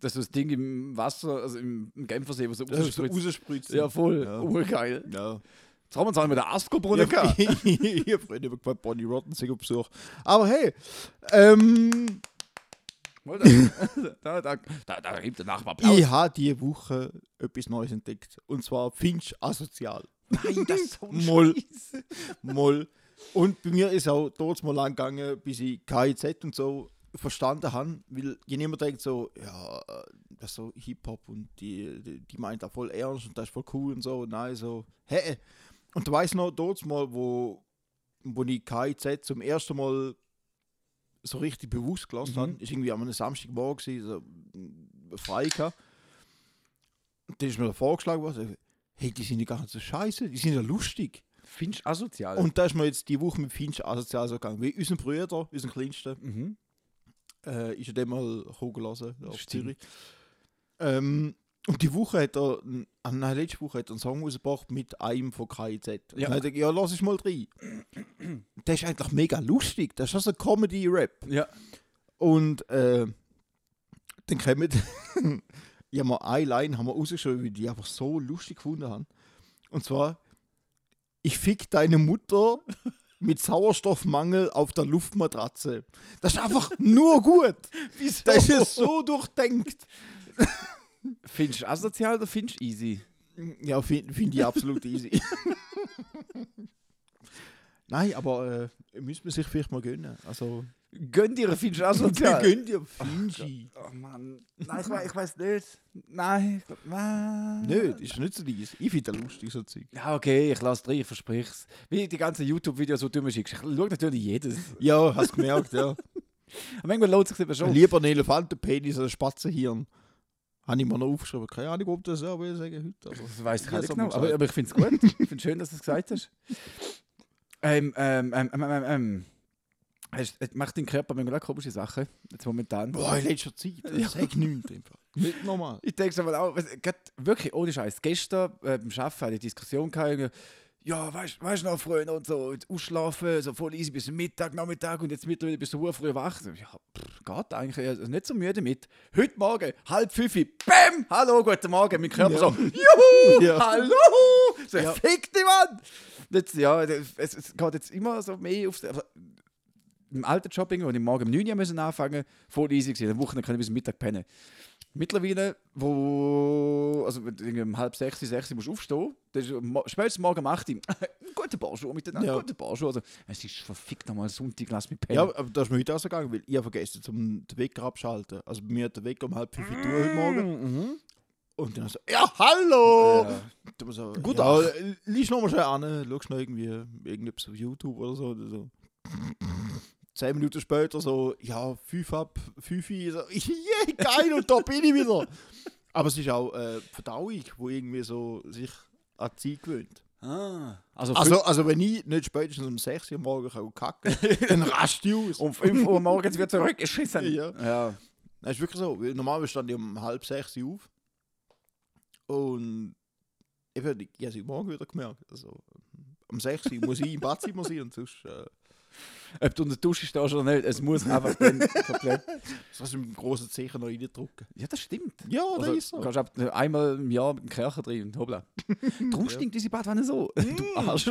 Speaker 3: Das ist so das Ding im Wasser, also im, im Genfersee, was so
Speaker 4: Das ist so
Speaker 3: rausspritzt.
Speaker 4: rausspritzt.
Speaker 3: Ja, voll.
Speaker 4: Ja.
Speaker 3: Urgeil.
Speaker 4: ja.
Speaker 3: Jetzt haben wir uns auch mit der Astro-Brunnen
Speaker 4: Ich
Speaker 3: gehabt.
Speaker 4: habe Freunde bekommen, Bonnie Rotten sind auf Besuch. Aber hey, ähm,
Speaker 3: Mal Also, Da, da, da, da, da gibt der Nachbar Applaus.
Speaker 4: ich habe diese Woche etwas Neues entdeckt. Und zwar Finch asozial.
Speaker 3: Nein, das ist so ein
Speaker 4: Moll. Moll. Und bei mir ist auch dort mal lang gegangen, bis ich KIZ und so verstanden habe, weil je niemand denkt so, ja, das ist so Hip-Hop und die, die, die meint da voll ernst und das ist voll cool und so. Nein, so, hä? Und du weißt noch, dort mal, wo, wo ich KIZ zum ersten Mal so richtig bewusst gelassen
Speaker 3: Mhm.
Speaker 4: habe, ist irgendwie am Samstagmorgen gewesen, so mm, frei gehabt. Und dann ist mir da vorgeschlagen worden, hey, die sind ja gar nicht so scheiße, die sind ja lustig.
Speaker 3: Finch asozial.
Speaker 4: Und da ist mir jetzt die Woche mit Finch asozial so gegangen. Wie unseren Brüder, unseren Kleinsten,
Speaker 3: mhm.
Speaker 4: äh, ist ja dem mal hochgelassen auf
Speaker 3: Stimmt.
Speaker 4: Zürich. Ähm, und die Woche hat er, n- ah, nein, letzte Woche hat er einen Song rausgebracht mit einem von KIZ. Ja. Und
Speaker 3: Ja.
Speaker 4: dann hat er gesagt, ja, lass es mal rein. Der ist eigentlich mega lustig. Das ist also Comedy-Rap.
Speaker 3: Ja.
Speaker 4: Und äh, dann kommen ja mal eine Line haben wir rausgeschrieben, weil die einfach so lustig gefunden haben. Und zwar, ich fick deine Mutter mit Sauerstoffmangel auf der Luftmatratze. Das ist einfach nur gut.
Speaker 3: Wieso?
Speaker 4: Das ist ja so durchdenkt.
Speaker 3: Finch asozial oder Finch easy?
Speaker 4: Ja, finde find ich absolut easy. Nein, aber äh, müsste man sich vielleicht mal gönnen. Also,
Speaker 3: Gönn dir Finch asozial.
Speaker 4: dir Finji.
Speaker 3: Oh Mann. Nein, ich, we- ich weiß nicht. Nein, ich glaub, nein.
Speaker 4: Nicht, ist nicht so easy. Ich finde das lustig, so Zeug.
Speaker 3: Ja, okay, ich lasse drin, ich versprich's. Wie die ganzen YouTube-Videos, die du mir schickst. Ich schaue natürlich jedes.
Speaker 4: Ja, hast gemerkt, ja.
Speaker 3: Aber manchmal lohnt es sich eben schon.
Speaker 4: Lieber ein Elefantenpenis als ein Spatzenhirn. Habe ich mir noch aufgeschrieben. Keine Ahnung, ob das auch will sagen heute. Aber
Speaker 3: Das weiß ich
Speaker 4: Ja,
Speaker 3: auch nicht
Speaker 4: so
Speaker 3: genau.
Speaker 4: muss
Speaker 3: Aber,
Speaker 4: sein.
Speaker 3: aber ich finde es gut. ich finde es schön, dass du es gesagt hast. Ähm, ähm, ähm, ähm, ähm, ähm. Hast, äh, macht dein Körper manchmal auch komische Sachen. Jetzt momentan.
Speaker 4: boah, in letzter Zeit. Ja. Sag nichts. im Fall. Nicht normal.
Speaker 3: Ich denke aber auch, weißt, du, grad wirklich ohne Scheiß. Gestern äh, beim Arbeiten hatte ich eine Diskussion. Gehabt, irgendwie, ja, weißt du noch, früher und so, und ausschlafen, so voll easy bis Mittag, Nachmittag und jetzt mittlerweile bist du sehr früh wach. So, ja, pff, geht eigentlich, also nicht so müde mit. Heute Morgen, halb fünf, BÄM! Hallo, guten Morgen. Mein Körper so, Juhu!
Speaker 4: Ja.
Speaker 3: Hallo! So, Fick dich, Mann! Jetzt, ja, es, es geht jetzt immer so mehr aufs. aber Im alten Job, irgendwo, wo ich morgen um 9 Uhr müssen anfangen voll easy gewesen. Am Wochenende kann ich bis Mittag pennen. Mittlerweile, wo. Also, wenn du irgendwie um halb sechs, sechs musst du aufstehen. Das ist, mo- spätestens morgen um 8 Uhr. Guten Barschuh miteinander,
Speaker 4: Ja.
Speaker 3: guten Barschuh. Also, es ist verfickt nochmal Sonntag, lass mich
Speaker 4: Ja,
Speaker 3: pennen.
Speaker 4: aber das ist mir heute auch so gegangen, weil ich habe vergessen zum den Wecker abschalten. Also bei mir hat der Wecker um halb fünf Uhr heute Morgen. Und dann so, ja, hallo!
Speaker 3: Ja.
Speaker 4: Und dann so,
Speaker 3: Gut
Speaker 4: ja,
Speaker 3: auch.
Speaker 4: äh, liest nochmal schnell an, schau noch irgendwie irgendetwas auf YouTube oder so. Oder so. Zehn Minuten später so, ja, fünf ab, fünf Uhr, so, yeah, geil, und da bin ich wieder. Aber es ist auch äh, die Verdauung, wo irgendwie so sich an die Zeit gewöhnt.
Speaker 3: Ah. Also,
Speaker 4: Also, also wenn ich nicht spätestens um 6 Uhr morgen kann kacken dann raste ich aus.
Speaker 3: um 5 Uhr morgens wird zurückgeschissen.
Speaker 4: Ja.
Speaker 3: ja.
Speaker 4: Das ist wirklich so. weil Normalerweise stand ich um halb sechs Uhr auf. Und eben, ich habe es heute morgen wieder gemerkt. Also, um sechs Uhr muss ich im Badzimmer sein und sonst. Äh,
Speaker 3: Ob du unter der Dusche stehst oder nicht, es muss einfach dann komplett.
Speaker 4: sonst mit dem großen Zeichen noch reindrücken.
Speaker 3: Ja, das stimmt.
Speaker 4: Ja,
Speaker 3: Also, Du kannst ab, einmal im Jahr mit dem Kercher drin und hoppla. Drum stinkt diese Badwanne so.
Speaker 4: Mm.
Speaker 3: du Arsch.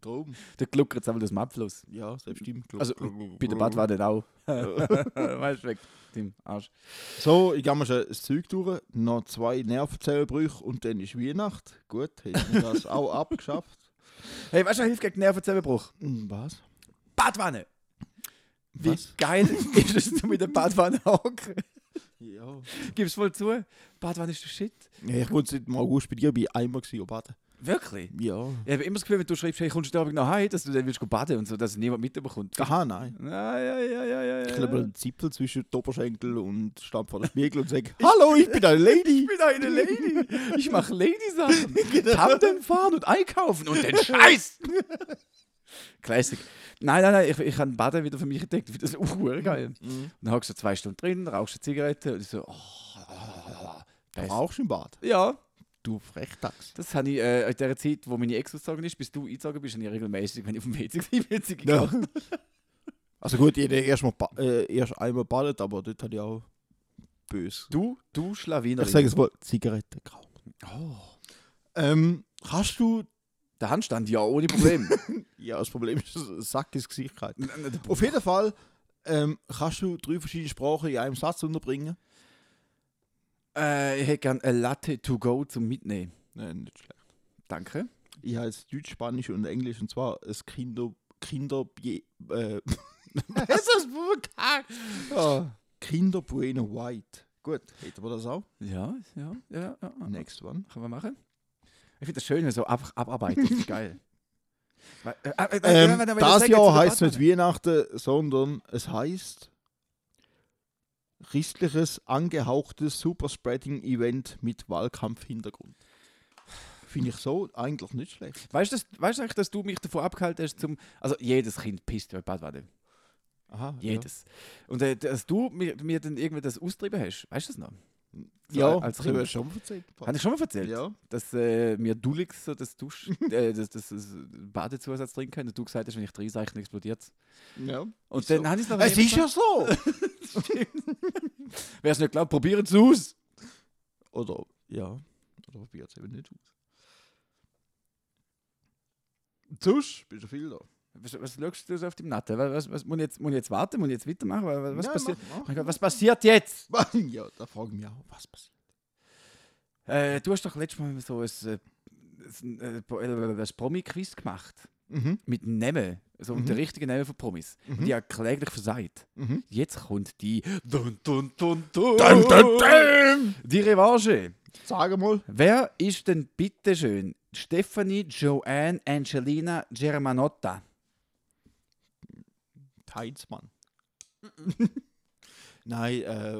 Speaker 4: Drum.
Speaker 3: Da gluckert es einmal aus dem Abfluss.
Speaker 4: Ja, selbstimmt.
Speaker 3: Also bei der Badwanne dann auch. weißt du, weg, dem Arsch.
Speaker 4: So, ich gehe mal schon das Zeug durch. Noch zwei Nervenzellbrüche und dann ist Weihnacht. Gut, hätten wir das auch abgeschafft.
Speaker 3: Hey, weißt du, was hilft gegen Nervenzusammenbruch?
Speaker 4: Hm, Was?
Speaker 3: Badwanne! Wie
Speaker 4: Was?
Speaker 3: geil ist es, du mit der Badwanne hocken?
Speaker 4: Ja.
Speaker 3: Gib's voll zu. Badwanne ist der Shit.
Speaker 4: Ich wohne seit dem August bei dir, bin ich einmal gewesen, baden.
Speaker 3: Wirklich?
Speaker 4: Ja.
Speaker 3: Ich habe immer das Gefühl, wenn du schreibst, hey, kommst du heute Abend noch heim, dass du dann willst gehen baden und so, dass niemand mitbekommt.
Speaker 4: Aha, nein.
Speaker 3: Ja, ja, ja, ja, ja.
Speaker 4: Ich
Speaker 3: ja.
Speaker 4: klebe einen Zippel zwischen Doberschenkel und stand vor dem Spiegel und sage: Hallo, ich bin eine Lady!
Speaker 3: Ich bin eine Lady. Ich mache Lady-Sachen. Tandem fahren und einkaufen und den Scheiß. Classic. Nein, nein, nein, ich, ich habe Baden wieder für mich entdeckt. Das ist auch geil. Und dann hockst du zwei Stunden drin, rauchst eine Zigarette und ich so, oh,
Speaker 4: Du rauchst im Bad.
Speaker 3: ja.
Speaker 4: du Frechdachs.
Speaker 3: Das habe ich äh, in der Zeit, wo meine Ex ausgezogen ist, bis du eingezogen bist, habe ich regelmäßig, wenn ich auf dem WC war, WC gegangen.
Speaker 4: Also gut, ich habe erst, mal ba- äh, erst einmal badet, aber dort hatte ich auch böse.
Speaker 3: Du, du Schlawinerin.
Speaker 4: Ich sage es mal, Zigaretten geraucht.
Speaker 3: Oh,
Speaker 4: Ähm, kannst du...
Speaker 3: der Handstand, ja, ohne Problem.
Speaker 4: Ja, das Problem ist, dass ein Sack ins Gesicht gehalten. Auf jeden Fall ähm, kannst du drei verschiedene Sprachen in einem Satz unterbringen.
Speaker 3: äh, ich hätte gerne eine Latte to go zum Mitnehmen.
Speaker 4: Nein, nicht schlecht.
Speaker 3: Danke.
Speaker 4: Ich habe jetzt Deutsch, Spanisch und Englisch und zwar ein Kinder... Kinder... Äh, Was ist das für ja. Kinder Bueno White. Gut, hätten wir das auch.
Speaker 3: Ja, ja, ja, ja. ja.
Speaker 4: Next one.
Speaker 3: Können wir machen? Ich finde das schön, wenn man so ab, abarbeitet. Das ist geil. Weil, äh, äh, äh,
Speaker 4: Ähm,
Speaker 3: wenn- wenn- wenn
Speaker 4: das
Speaker 3: sagt,
Speaker 4: Jahr
Speaker 3: jetzt
Speaker 4: heißt
Speaker 3: der
Speaker 4: nicht Weihnachten, sondern es heißt christliches angehauchtes Superspreading-Event mit Wahlkampfhintergrund. Finde ich so eigentlich nicht schlecht.
Speaker 3: Badwanne. Weißt du, das- weißt du eigentlich, dass du mich davon abgehalten hast, zum. Also, jedes Kind pisst über die Badwanne.
Speaker 4: Aha,
Speaker 3: Jedes. Und äh, dass du mir, mir dann irgendwie das austrieben hast, weißt du das noch? So,
Speaker 4: Ja,
Speaker 3: äh, als
Speaker 4: das haben wir
Speaker 3: Kind.
Speaker 4: schon erzählt.
Speaker 3: Habe ich schon mal erzählt?
Speaker 4: Ja.
Speaker 3: Dass äh, mir Dulix so das Dusch, äh, das, das, das Badezusatz trinken kann und du gesagt hast, wenn ich drei Seichen explodiert.
Speaker 4: ja.
Speaker 3: Und dann habe ich es noch
Speaker 4: Es ist ja so!
Speaker 3: Wer es nicht glaubt, probieren es aus!
Speaker 4: Oder, ja. Oder probiert es eben nicht aus. Zusch, bist du viel da?
Speaker 3: Was, was schaust du so auf dem Natten? Was, was, was, muss, ich jetzt, muss ich jetzt warten? Muss ich jetzt weitermachen? Was, was,
Speaker 4: Nein,
Speaker 3: passiert?
Speaker 4: mach, mach.
Speaker 3: Mein Gott, was passiert jetzt?
Speaker 4: Ja, da frage ich mich auch, was passiert.
Speaker 3: Äh, du hast doch letztes Mal so ein, äh, ein, äh, Pro- äh, ein Promi-Quiz gemacht.
Speaker 4: Mhm.
Speaker 3: Mit Namen. So mit den richtigen Namen von Promis. Und die hat kläglich versagt. Jetzt kommt die. Mhm. Dun, dun, dun, dun, Die Revanche.
Speaker 4: Sag mal.
Speaker 3: Wer ist denn bitte schön Stephanie Joanne Angelina Germanotta?
Speaker 4: Heinzmann. Nein, äh,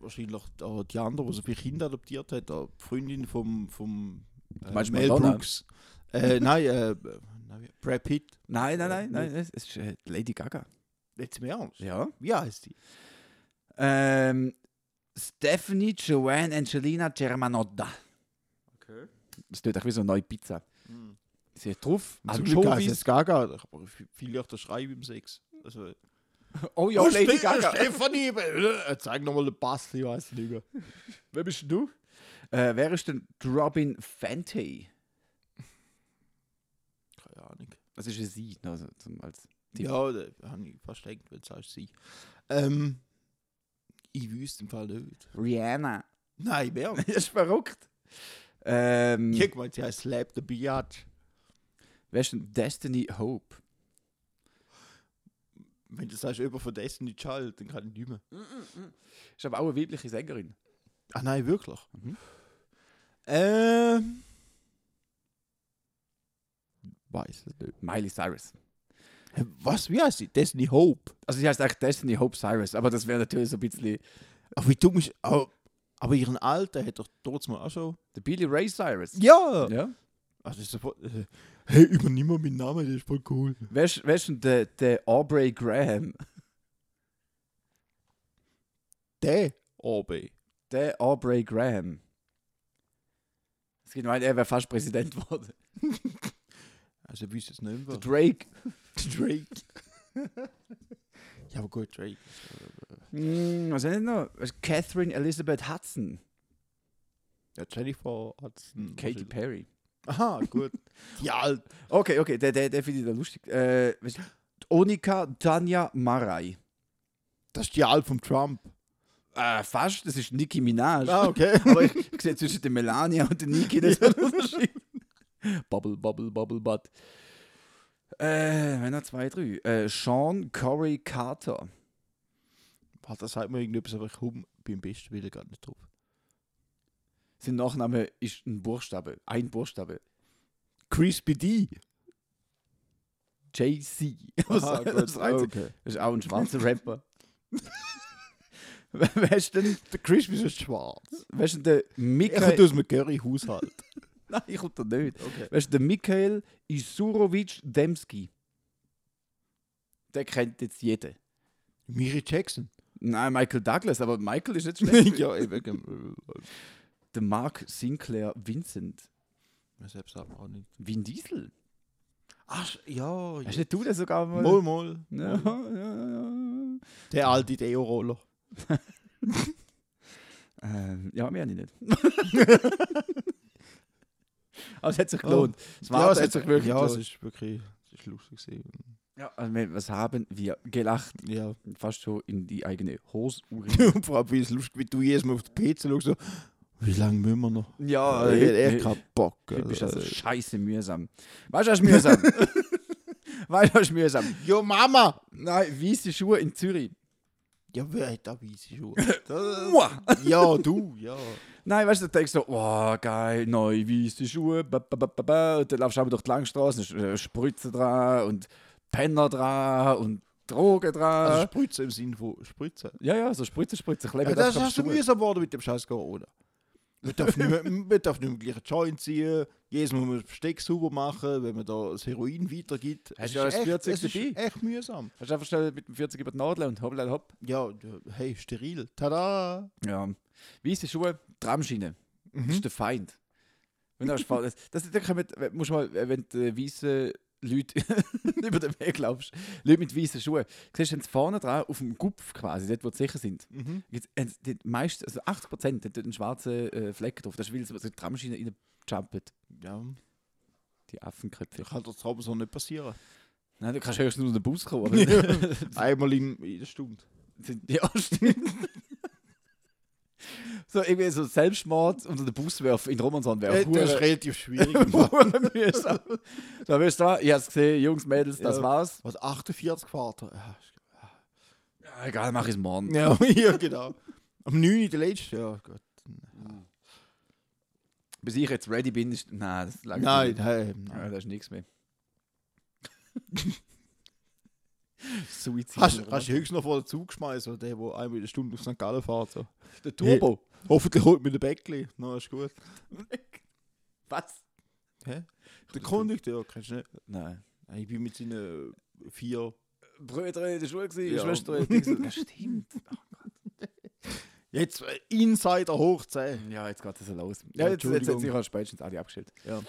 Speaker 4: wahrscheinlich auch die andere, die so viele Kinder adoptiert hat, die Freundin vom, vom äh,
Speaker 3: meinst Madonna?
Speaker 4: Brooks. Äh, nein, äh, nein, wie- Brad Pitt.
Speaker 3: Nein, nein, nein, nein, es ist äh, Lady Gaga.
Speaker 4: Jetzt im Ernst?
Speaker 3: Ja.
Speaker 4: Wie heißt die?
Speaker 3: Ähm, Stephanie Joanne Angelina Germanotta.
Speaker 4: Okay.
Speaker 3: Das tut auch wie so eine neue Pizza. Sie hat drauf
Speaker 4: Zum Also, Glück heisst
Speaker 3: Anchovies.
Speaker 4: es Gaga, aber f- viel leichter schreibe ich im Sex. Also,
Speaker 3: Oh ja,
Speaker 4: Oh,
Speaker 3: Lady
Speaker 4: Ste-
Speaker 3: Gaga.
Speaker 4: Stefanie, äh, zeig nochmal den Pass, ich weiß nicht mehr.
Speaker 3: Wer bist denn du? Äh, wer ist denn Robin Fenty?
Speaker 4: Keine Ahnung.
Speaker 3: Das ist ja sie. Also, zum, als Tipp.
Speaker 4: Ja, da habe ich fast gedacht, wenn du sagst sie. Ähm, ich wüsste im Fall nicht.
Speaker 3: Rihanna.
Speaker 4: Nein, wer?
Speaker 3: das ist verrückt. Ähm,
Speaker 4: Ich hätte gemeint, sie heißt Slap the Biatch.
Speaker 3: wer ist denn Destiny Hope?
Speaker 4: Wenn du sagst, jemand von Destiny Child, dann kann ich nicht mehr.
Speaker 3: Ist aber auch eine weibliche Sängerin.
Speaker 4: Ah nein, wirklich?
Speaker 3: Mhm.
Speaker 4: Ähm... Weiß es nicht.
Speaker 3: Miley Cyrus.
Speaker 4: Hä, Was? Wie heißt sie? Destiny Hope.
Speaker 3: Also sie heißt eigentlich Destiny Hope Cyrus, aber das wäre natürlich so ein bisschen...
Speaker 4: Aber wie dumm ist... Aber, aber ihren Alter hat doch trotzdem auch schon...
Speaker 3: Der Billy Ray Cyrus.
Speaker 4: Ja!
Speaker 3: Ja.
Speaker 4: Also ist sofort... Äh, hey, übernimm mal meinen Namen, das ist voll cool.
Speaker 3: Wer ist, wer ist denn der, der Aubrey Graham?
Speaker 4: Der AB.
Speaker 3: Der Aubrey Graham. Es geht meint, er wäre fast Präsident geworden.
Speaker 4: Also ich wüsste es nicht
Speaker 3: Der
Speaker 4: mehr.
Speaker 3: Drake.
Speaker 4: Drake. ja, aber gut, Drake.
Speaker 3: Hm, was ist denn noch? Was ist Catherine Elizabeth Hudson.
Speaker 4: Ja, Jennifer Hudson.
Speaker 3: Katy Perry.
Speaker 4: Perry. Hm, Aha, gut. ja, alt.
Speaker 3: Okay, okay, der, der, der finde ich da lustig. Äh, was ist- Onika Tanja Marai.
Speaker 4: Das ist die Alt vom Trump.
Speaker 3: Äh, fast, das ist Nicki Minaj.
Speaker 4: Ah, okay.
Speaker 3: Aber ich, ich sehe zwischen der Melania und der Niki das ist ein Unterschied. Bubble, bubble, bubble, butt. Äh, wenn er zwei, drei. Äh, Sean Corey Carter.
Speaker 4: Warte, das sagt mir irgendetwas, aber ich komme beim besten Willen gar nicht drauf.
Speaker 3: Sein Nachname ist ein Buchstabe. Ein Buchstabe.
Speaker 4: Crispy D.
Speaker 3: JC.
Speaker 4: Aha, gut.
Speaker 3: das, ist
Speaker 4: okay.
Speaker 3: das ist auch ein schwarzer Rapper. Wer wer ist denn,
Speaker 4: Der Crispy ist schwarz.
Speaker 3: wer ist denn der
Speaker 4: Ich komme
Speaker 3: Michael?
Speaker 4: aus einem Curry-Haushalt.
Speaker 3: Nein, ich komme da nicht.
Speaker 4: okay.
Speaker 3: Wer ist der Michael Isurovic Demski? Der kennt jetzt jeder.
Speaker 4: Miri Jackson. genau.
Speaker 3: Nein, Michael Douglas, aber Michael ist nicht schlecht.
Speaker 4: ja, eben.
Speaker 3: der Mark Sinclair Vincent.
Speaker 4: Mir selbst aber auch nicht.
Speaker 3: Vin Diesel.
Speaker 4: Ach, ja.
Speaker 3: Hast nicht du das sogar mal?
Speaker 4: Mol, mol.
Speaker 3: Ja, ja, ja.
Speaker 4: Der alte Deo-Roller.
Speaker 3: Ähm, ja, mehr habe ich nicht. Aber es Also, hat sich gelohnt. Es war, es hat sich wirklich
Speaker 4: Ja, es
Speaker 3: gelohnt.
Speaker 4: ist wirklich es ist lustig gewesen.
Speaker 3: Ja, also, wir- was haben wir gelacht?
Speaker 4: Ja.
Speaker 3: Fast schon in die eigene Hose.
Speaker 4: Und vor allem finde ich es lustig, wie du jedes Mal auf den PC schaust, so, wie lange müssen wir noch?
Speaker 3: ja,
Speaker 4: Also, er hat keinen Bock.
Speaker 3: Typisch, bist
Speaker 4: also.
Speaker 3: also scheiße mühsam. Weißt du, was ist mühsam? weißt du, was ist mühsam?
Speaker 4: Jo, Mama!
Speaker 3: Nein, weiße Schuhe in Zürich.
Speaker 4: Ja, wer hat da weiße Schuhe?
Speaker 3: Uah.
Speaker 4: ja, du, ja.
Speaker 3: Nein, weißt du, dann denkst du, wow, geil, neue weiße Schuhe, ba, ba, ba, ba, ba. und dann laufst du aber durch die Langstraße, dann ist, äh, Spritze dran und Penner dran und Drogen dran.
Speaker 4: Also Spritze im Sinn von Spritze.
Speaker 3: Ah. ja, ja, so Spritze, Spritze, kleben.
Speaker 4: Ja, das
Speaker 3: auf
Speaker 4: hast du
Speaker 3: Schuhe.
Speaker 4: mühsam geworden mit dem scheiß Corona. Man darf nicht mehr, man darf nicht mehr gleich einen Joint ziehen, jedes Mal muss man das Besteck sauber machen, wenn man da das Heroin weitergibt. Es
Speaker 3: du ja
Speaker 4: ist
Speaker 3: das
Speaker 4: echt,
Speaker 3: 40
Speaker 4: es ist
Speaker 3: dabei?
Speaker 4: echt mühsam.
Speaker 3: Hast du einfach schnell mit dem 40 über die Nadel und hoppla hopp.
Speaker 4: Ja, ja, hey, steril. Tada!
Speaker 3: Ja. Weiße Schuhe, Tramschiene. Das ist der Feind. Wenn du hast, das, das, da kommen, äh, musst du mal, wenn du weiße Leute über den Weg laufst, Leute mit weißen Schuhen, siehst du, haben sie vorne dran auf dem Gupf quasi, dort, wo sie sicher sind, gibt's- haben sie die meisten, also 80 Prozent, haben dort einen schwarzen äh, Fleck drauf. Das ist, weil sie so die Tramschiene reinjumpen,
Speaker 4: Ja,
Speaker 3: die Affenköpfe.
Speaker 4: kann das Traum so nicht passieren.
Speaker 3: Nein, du kannst höchstens nur den Bus kommen. Aber
Speaker 4: Einmal in, in der Stunde.
Speaker 3: ja, stimmt. so, irgendwie so Selbstmord unter den Bus werfen, in den Romanson werfen.
Speaker 4: Äh, das ist relativ schwierig.
Speaker 3: Huren mühsam. so, wisst ihr, was? ich habe es gesehen, Jungs, Mädels, das
Speaker 4: Ja.
Speaker 3: war's.
Speaker 4: Was, 48 Vater? Ja, ist-
Speaker 3: Ja, egal, mach ich's morgen.
Speaker 4: Ja, ja, genau. Am 9. der letzte? Ja, gut.
Speaker 3: Bis ich jetzt ready bin, ist. Nein, das langt
Speaker 4: Nein,
Speaker 3: nicht.
Speaker 4: hey,
Speaker 3: Ja,
Speaker 4: nein.
Speaker 3: das ist nichts mehr. Suizid.
Speaker 4: Hast, hast du höchstens noch vor den Zug geschmeißen, oder der, der einmal in der Stunde auf St. Gallen fährt? So.
Speaker 3: den Turbo?
Speaker 4: Hoffentlich holt mir der Bäckli. Na, ist gut.
Speaker 3: Was?
Speaker 4: Hä? Der Kondukteur, kennst du nicht?
Speaker 3: Nein.
Speaker 4: Ich bin mit seinen vier.
Speaker 3: Brüder in der Schule gewesen,
Speaker 4: Ja.
Speaker 3: Schwester in der Dings- Das stimmt.
Speaker 4: Jetzt äh, Insider hoch 10.
Speaker 3: Ja, jetzt geht es los.
Speaker 4: Ja,
Speaker 3: Ja, jetzt, jetzt
Speaker 4: Entschuldigung.
Speaker 3: hat sich halt spätestens alle abgestellt.
Speaker 4: Ja.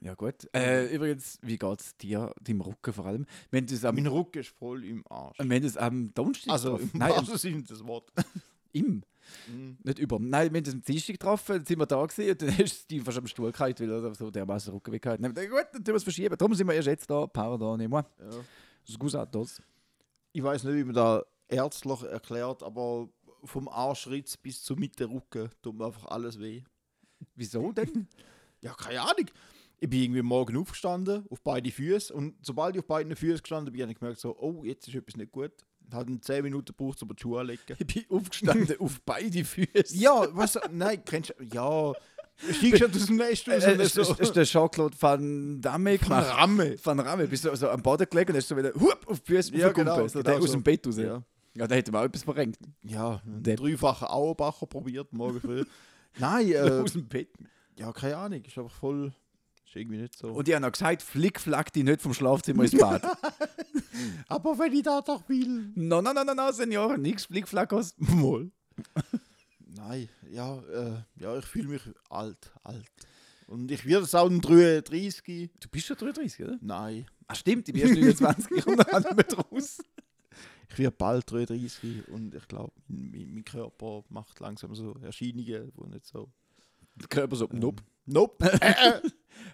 Speaker 3: Ja, gut. Äh, übrigens, wie geht's dir, deinem Rücken vor allem? Wenn du es am,
Speaker 4: Mein Rücken ist voll im Arsch.
Speaker 3: wenn du es am Donnerstag
Speaker 4: Also,
Speaker 3: getroffen-
Speaker 4: im
Speaker 3: nein, am
Speaker 4: Arsch sind das Wort.
Speaker 3: Im. Nicht über. Nein, wir haben uns am Dienstag getroffen, dann sind wir da gewesen und dann hast du dich fast am Stuhl gehalten, weil er so dermaßen Rücken weg hat. Dann haben wir gedacht, gut, dann tun wir es verschieben. Darum sind wir erst jetzt da, pardon, moi.
Speaker 4: Ja.
Speaker 3: Scusatos.
Speaker 4: Ich weiß nicht, wie man da ärztlich erklärt, aber vom Arschritz bis zur Mitte Rücken tut mir einfach alles weh.
Speaker 3: Wieso denn?
Speaker 4: Ja, keine Ahnung. Ich bin irgendwie am morgen aufgestanden, auf beide Füße. Und sobald ich auf beiden Füßen gestanden bin, habe ich gemerkt, so, oh, jetzt ist etwas nicht gut. Hat 10 Minuten gebraucht, um die Schuhe anzulegen.
Speaker 3: Ich bin aufgestanden auf beide Füße.
Speaker 4: ja, was? Nein, kennst du. Ja. Steigst du aus dem Nest raus
Speaker 3: Äh,
Speaker 4: und
Speaker 3: äh,
Speaker 4: dann
Speaker 3: ist,
Speaker 4: so.
Speaker 3: ist, ist der Jean-Claude Van Damme
Speaker 4: Ein
Speaker 3: gemacht?
Speaker 4: Ramme.
Speaker 3: Van Ramme, bist du so am Boden gelegen und hast so wieder hup, auf die Füße
Speaker 4: Ja,
Speaker 3: hochgekumpelt.
Speaker 4: genau,
Speaker 3: so
Speaker 4: genau
Speaker 3: der aus
Speaker 4: so.
Speaker 3: dem Bett raus.
Speaker 4: Ja.
Speaker 3: Ja, da hätte man auch etwas verrenkt.
Speaker 4: Ja, einen
Speaker 3: Depp.
Speaker 4: dreifachen Auerbacher probiert morgen früh. Nein, äh,
Speaker 3: aus dem Bett.
Speaker 4: ja, keine Ahnung. Ist einfach voll. Ist irgendwie nicht so.
Speaker 3: Und ich habe noch gesagt, flickflack dich nicht vom Schlafzimmer ins Bad.
Speaker 4: aber wenn ich da doch will.
Speaker 3: no, no, no, no, no, Senior, nix flickflackos.
Speaker 4: Mal. Nein, ja, äh, ja, ich fühle mich alt, alt. Und ich werde es auch ein 33.
Speaker 3: Du bist schon 33, oder?
Speaker 4: Nein,
Speaker 3: Ah, stimmt, ich bin erst 29 ich komme da nicht raus.
Speaker 4: ich werde bald 33 und ich glaube, mein, mein Körper macht langsam so Erscheinungen, wo nicht so.
Speaker 3: Der Körper so, nope.
Speaker 4: Nope. Äh, äh.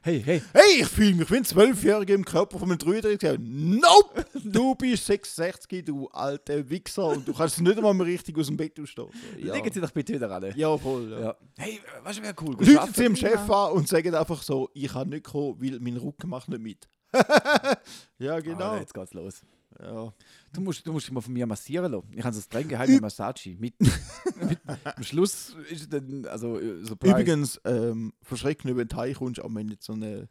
Speaker 3: Hey, hey,
Speaker 4: hey, ich fühle mich wie ein Zwölfjähriger im Körper von einem 33. Nope! Du bist 66, du alter Wichser und du kannst nicht einmal mehr richtig aus dem Bett aufstehen. So, Ja,
Speaker 3: legen Sie doch bitte wieder an.
Speaker 4: ja voll. Ja.
Speaker 3: Ja. Hey, äh, weißt du, wäre cool. gut
Speaker 4: Leute
Speaker 3: schaffen.
Speaker 4: sie im Chef an und sagen einfach so, ich kann nicht kommen, weil mein Rücken macht nicht mit. ja,
Speaker 3: Ah,
Speaker 4: genau.
Speaker 3: jetzt geht's los.
Speaker 4: Ja.
Speaker 3: Du musst, du musst dich mal von mir massieren lassen. Ich habe so streng geheime Massage. Mit, mit, am Schluss ist es dann, also, äh, Surprise.
Speaker 4: Übrigens, ähm, verschrecken über den Teich kommst, aber wenn jetzt so eine,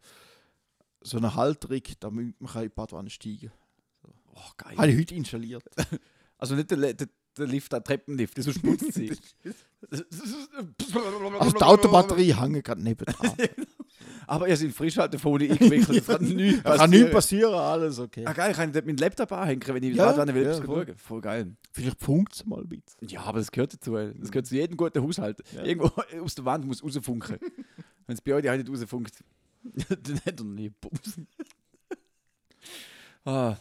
Speaker 4: so eine Halterung, damit man kann in die Badwanne steigen
Speaker 3: Oh, geil.
Speaker 4: kann. Habe ich heute installiert.
Speaker 3: Also nicht der, Le- der, der Lift, der Treppenlift, der so schmutzt sie.
Speaker 4: Also die Autobatterie hängt gerade neben dran.
Speaker 3: Aber ihr seid frisch halt davon eingewickelt. Es kann nichts
Speaker 4: Kann
Speaker 3: passieren.
Speaker 4: nichts passieren, alles okay.
Speaker 3: Ah, geil, ich kann dort meinen Laptop anhängen, wenn ich halt
Speaker 4: Ja,
Speaker 3: ja, will,
Speaker 4: ja,
Speaker 3: ja,
Speaker 4: voll.
Speaker 3: schauen. Voll geil.
Speaker 4: Vielleicht funkt es mal ein bisschen.
Speaker 3: Ja, aber das gehört dazu. ey. Das gehört zu jedem guten Haushalt. Irgendwo aus der Wand muss rausfunken. Wenn es bei euch nicht rausfunkt, dann hat er nie Bums. ah.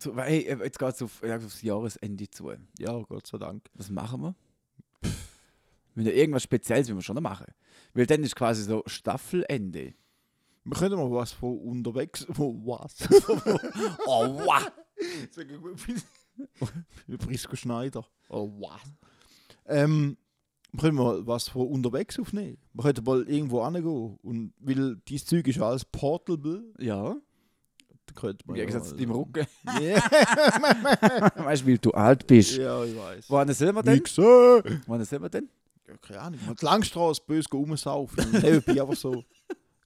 Speaker 3: So, weil, hey, jetzt geht es auf, ja, aufs Jahresende zu.
Speaker 4: Ja, Gott sei Dank.
Speaker 3: Was machen wir? Wenn ja irgendwas Spezielles müssen wir schon noch machen. Weil dann ist quasi so Staffelende.
Speaker 4: Wir können mal was von unterwegs. Von was?
Speaker 3: Oh, wow!
Speaker 4: Brisco Schneider. Oh, was? Ähm, wir können mal was von unterwegs aufnehmen. Wir könnten mal irgendwo hingehen. Und weil dieses Zeug ist alles portable,
Speaker 3: Ja,
Speaker 4: dann könnte
Speaker 3: im
Speaker 4: man.
Speaker 3: Gegensatz zu
Speaker 4: mal-
Speaker 3: deinem Rücken.
Speaker 4: Ja,
Speaker 3: weißt du, weil du alt bist.
Speaker 4: ja, ich weiß.
Speaker 3: Wohin sind wir denn?
Speaker 4: Nixer!
Speaker 3: Wohin sind wir denn?
Speaker 4: Ja, keine Ahnung. Mal die Langstrasse böse rumsaufen. Leben bin einfach so.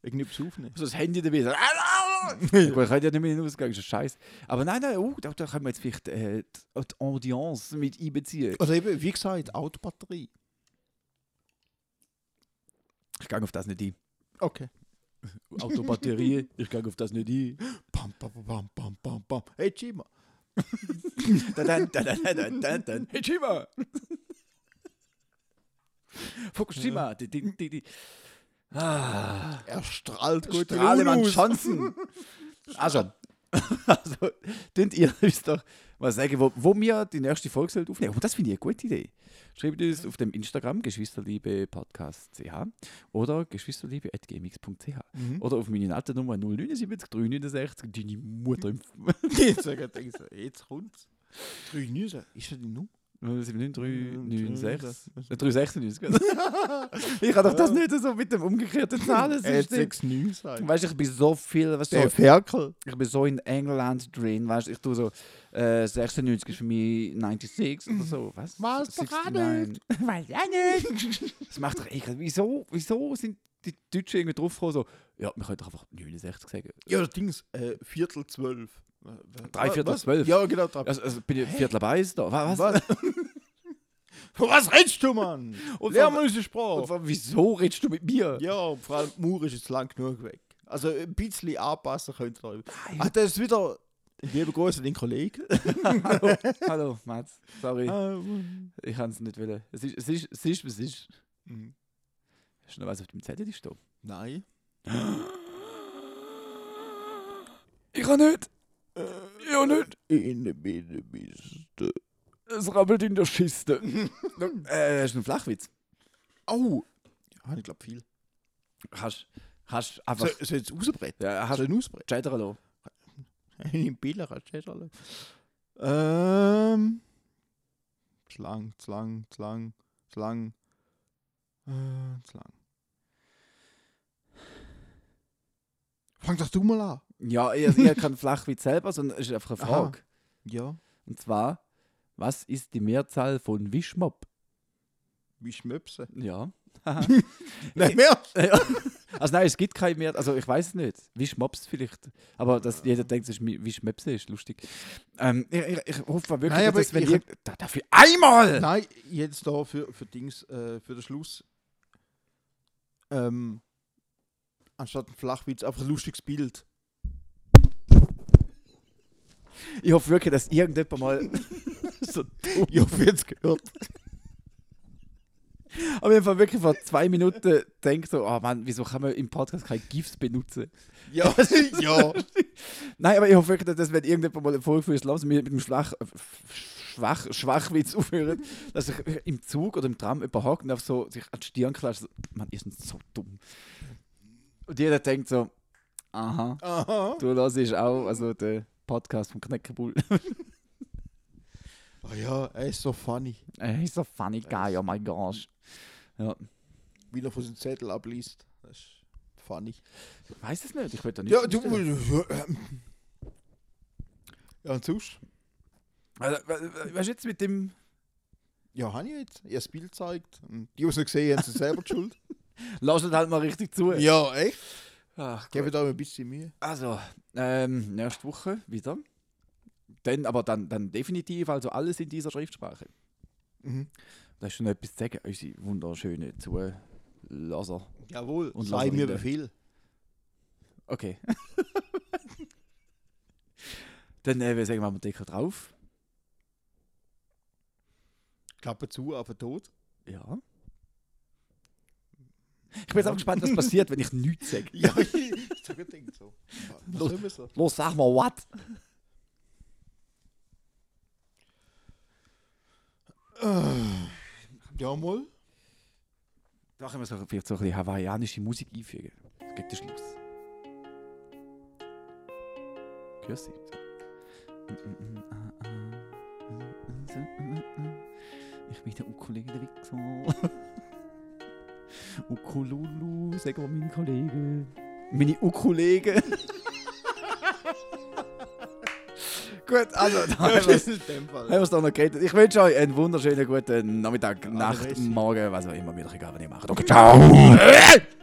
Speaker 4: Irgendwas aufnehmen.
Speaker 3: so das Handy dabei. So, «Ah, ah, ah!» ja, gut, ich könnte ja nicht mehr hinausgehen, ist ein Scheiß. Aber nein, nein, oh, da, da können wir jetzt vielleicht äh, die, die Audience mit einbeziehen.
Speaker 4: Oder Also eben, wie gesagt, Autobatterie.
Speaker 3: Ich gehe auf das nicht ein.
Speaker 4: Okay.
Speaker 3: Autobatterie, ich gehe auf das nicht ein.
Speaker 4: Bam, bam, bam, bam, bam, bam. Hey, Chima.
Speaker 3: Da, da, da, da, da, da, da, da. Hey, Chima! Fukushima! Die, die, die, die. Ah,
Speaker 4: Er strahlt gut
Speaker 3: Strahlemann Johnson! Also, also, könnt ihr uns doch mal sagen, wo, wo wir die nächste Folge sollt aufnehmen Und das finde ich eine gute Idee. Schreibt uns auf dem Instagram geschwisterliebe podcast.ch oder geschwisterliebe.gmx.ch oder auf meine alte Nummer 079 369 deine Mutter im
Speaker 4: Jetzt, jetzt kommt's. Drei Nüsse. Ist er die Nummer?
Speaker 3: 079 396 396. gell? Ich kann doch das nicht so mit dem umgekehrten
Speaker 4: Er hat
Speaker 3: Zahlensystem.
Speaker 4: Äh, sechs Nüsse.
Speaker 3: Weißt du, ich bin so viel, was so
Speaker 4: Ferkel.
Speaker 3: ich bin so in England drin, weißt du, ich tue so äh, 96 ist für mich 96 oder so, was?
Speaker 4: Weiß doch auch
Speaker 3: 69. Weiß auch nicht. Das macht doch ekel. Wieso, wieso sind die Deutschen irgendwie draufgekommen so, ja, wir können doch einfach 69 sagen.
Speaker 4: Ja, das Ding ist, äh, Viertel zwölf.
Speaker 3: Drei Viertel
Speaker 4: Was?
Speaker 3: zwölf?
Speaker 4: Ja, genau. Drei.
Speaker 3: Also, also bin ich Viertel bei ist da, was? was?
Speaker 4: Was? Von was redest du, Mann?
Speaker 3: Und
Speaker 4: Lern
Speaker 3: von-
Speaker 4: mal unsere Sprache.
Speaker 3: Und wa- wieso redest du mit mir?
Speaker 4: Ja, vor allem die Mauer ist jetzt lang genug weg. Also ein bisschen anpassen könnt ihr euch. Ah, das ist wieder. Liebe Grüße an den Kollegen.
Speaker 3: Hallo, Mats, sorry,
Speaker 4: Ähm,
Speaker 3: ich kann es nicht wollen. Es ist, es ist, es ist, es ist.
Speaker 4: Mhm.
Speaker 3: Hast du noch was auf dem Zettel stehen?
Speaker 4: Nein.
Speaker 3: Ich kann nicht, Äh, ich kann nicht.
Speaker 4: Innen binnen bist du.
Speaker 3: Es rabbelt in der Schiste. äh, hast du einen Flachwitz?
Speaker 4: Au! Oh, Ja, hab ich glaube viel.
Speaker 3: Hast hast einfach.
Speaker 4: Soll soll ich jetzt rausbrechen?
Speaker 3: ja, hast
Speaker 4: Soll ich ausbrechen?
Speaker 3: Scheitern lassen.
Speaker 4: In Bilder hast du schon. Ähm. Zu lang, zu lang, zu lang, zu lang. Äh, zu lang. Fang doch du mal an.
Speaker 3: Ja, ich, ich kann Flachwitz selber, sondern es ist einfach eine
Speaker 4: Aha.
Speaker 3: Frage.
Speaker 4: Ja.
Speaker 3: Und zwar, was ist die Mehrzahl von Wischmopp?
Speaker 4: Wie Schmöpse.
Speaker 3: Ja.
Speaker 4: Nein, mehr.
Speaker 3: Also nein, es gibt keine mehr, also ich weiß es nicht. Wischmops vielleicht. Aber dass jeder denkt, es ist Mi- Wischmöpse, ist lustig. Ähm, ich, ich, ich hoffe wirklich,
Speaker 4: Nein, aber
Speaker 3: dass wenn
Speaker 4: ich-
Speaker 3: ihr... Da, dafür einmal!
Speaker 4: Nein, jetzt da für, für Dings, äh, für den Schluss. Ähm, anstatt ein Flachwitz, einfach ein lustiges Bild.
Speaker 3: Ich hoffe wirklich, dass irgendjemand mal... so dumm
Speaker 4: Ich hoffe, jetzt gehört.
Speaker 3: Aber ich habe wirklich vor zwei Minuten gedacht, so, oh Mann, wieso kann man im Podcast keine GIFs benutzen?
Speaker 4: Ja, ja.
Speaker 3: Nein, aber ich hoffe wirklich, dass wenn irgendjemand mal eine Folge für uns lässt und wir mit dem Schwach, äh, Schwach, Schwachwitz aufhören, dass sich im Zug oder im Tram jemand hockt und auf so sich an die Stirn klatscht, so, Mann, ihr seid so dumm. Und jeder denkt so, aha,
Speaker 4: Aha.
Speaker 3: du hörst auch also den Podcast vom Kneckebull.
Speaker 4: Oh ja, er ist so funny,
Speaker 3: Hey, Äh, so funny guy, oh my gosh. Ja,
Speaker 4: wie er von seinem Zettel abliest. Das ist funny.
Speaker 3: ich weiß es nicht, ich will da nicht.
Speaker 4: Ja, du. Ja, und sonst?
Speaker 3: Also, we- we- weißt du jetzt mit dem...
Speaker 4: Ja, habe ich jetzt. Ich habe das Bild gezeigt. Und die, die es nicht gesehen haben, sind selber die schuld.
Speaker 3: Lass es halt mal richtig zu.
Speaker 4: Ja, echt?
Speaker 3: Ach,
Speaker 4: Geben da ein bisschen Mühe.
Speaker 3: Also, ähm, nächste Woche wieder. Dann, aber dann, dann definitiv, also alles in dieser Schriftsprache.
Speaker 4: Mhm.
Speaker 3: Da ist schon etwas zu sagen, unsere wunderschöne Zulasser.
Speaker 4: Jawohl,
Speaker 3: Und
Speaker 4: sei
Speaker 3: Laserinnen.
Speaker 4: mir Befehl.
Speaker 3: Okay. Dann äh, sagen wir mal Deckel drauf.
Speaker 4: Klappe zu, aber tot.
Speaker 3: Ja. Ich bin jetzt auch gespannt, was passiert, wenn ich nichts sage.
Speaker 4: Ja, ich, ich sag unbedingt so. Was
Speaker 3: Los.
Speaker 4: soll man so?
Speaker 3: Los, sag mal, what?
Speaker 4: Ah. Ja, mal.
Speaker 3: Da können wir so, vielleicht so ein bisschen hawaiianische Musik einfügen. Gegen den Schluss. Grüß dich. Ich bin der Ukulele der Wichser. Ukululu, sag mal meinen Kollegen. Meine Ukulege. Gut, also, da haben wir es.
Speaker 4: in dem Fall.
Speaker 3: Haben wir es doch noch geredet. Ich wünsche euch einen wunderschönen guten Nachmittag, Nacht,
Speaker 4: Adresse.
Speaker 3: Morgen, was auch immer, mir doch egal, was ihr macht. Okay, ciao!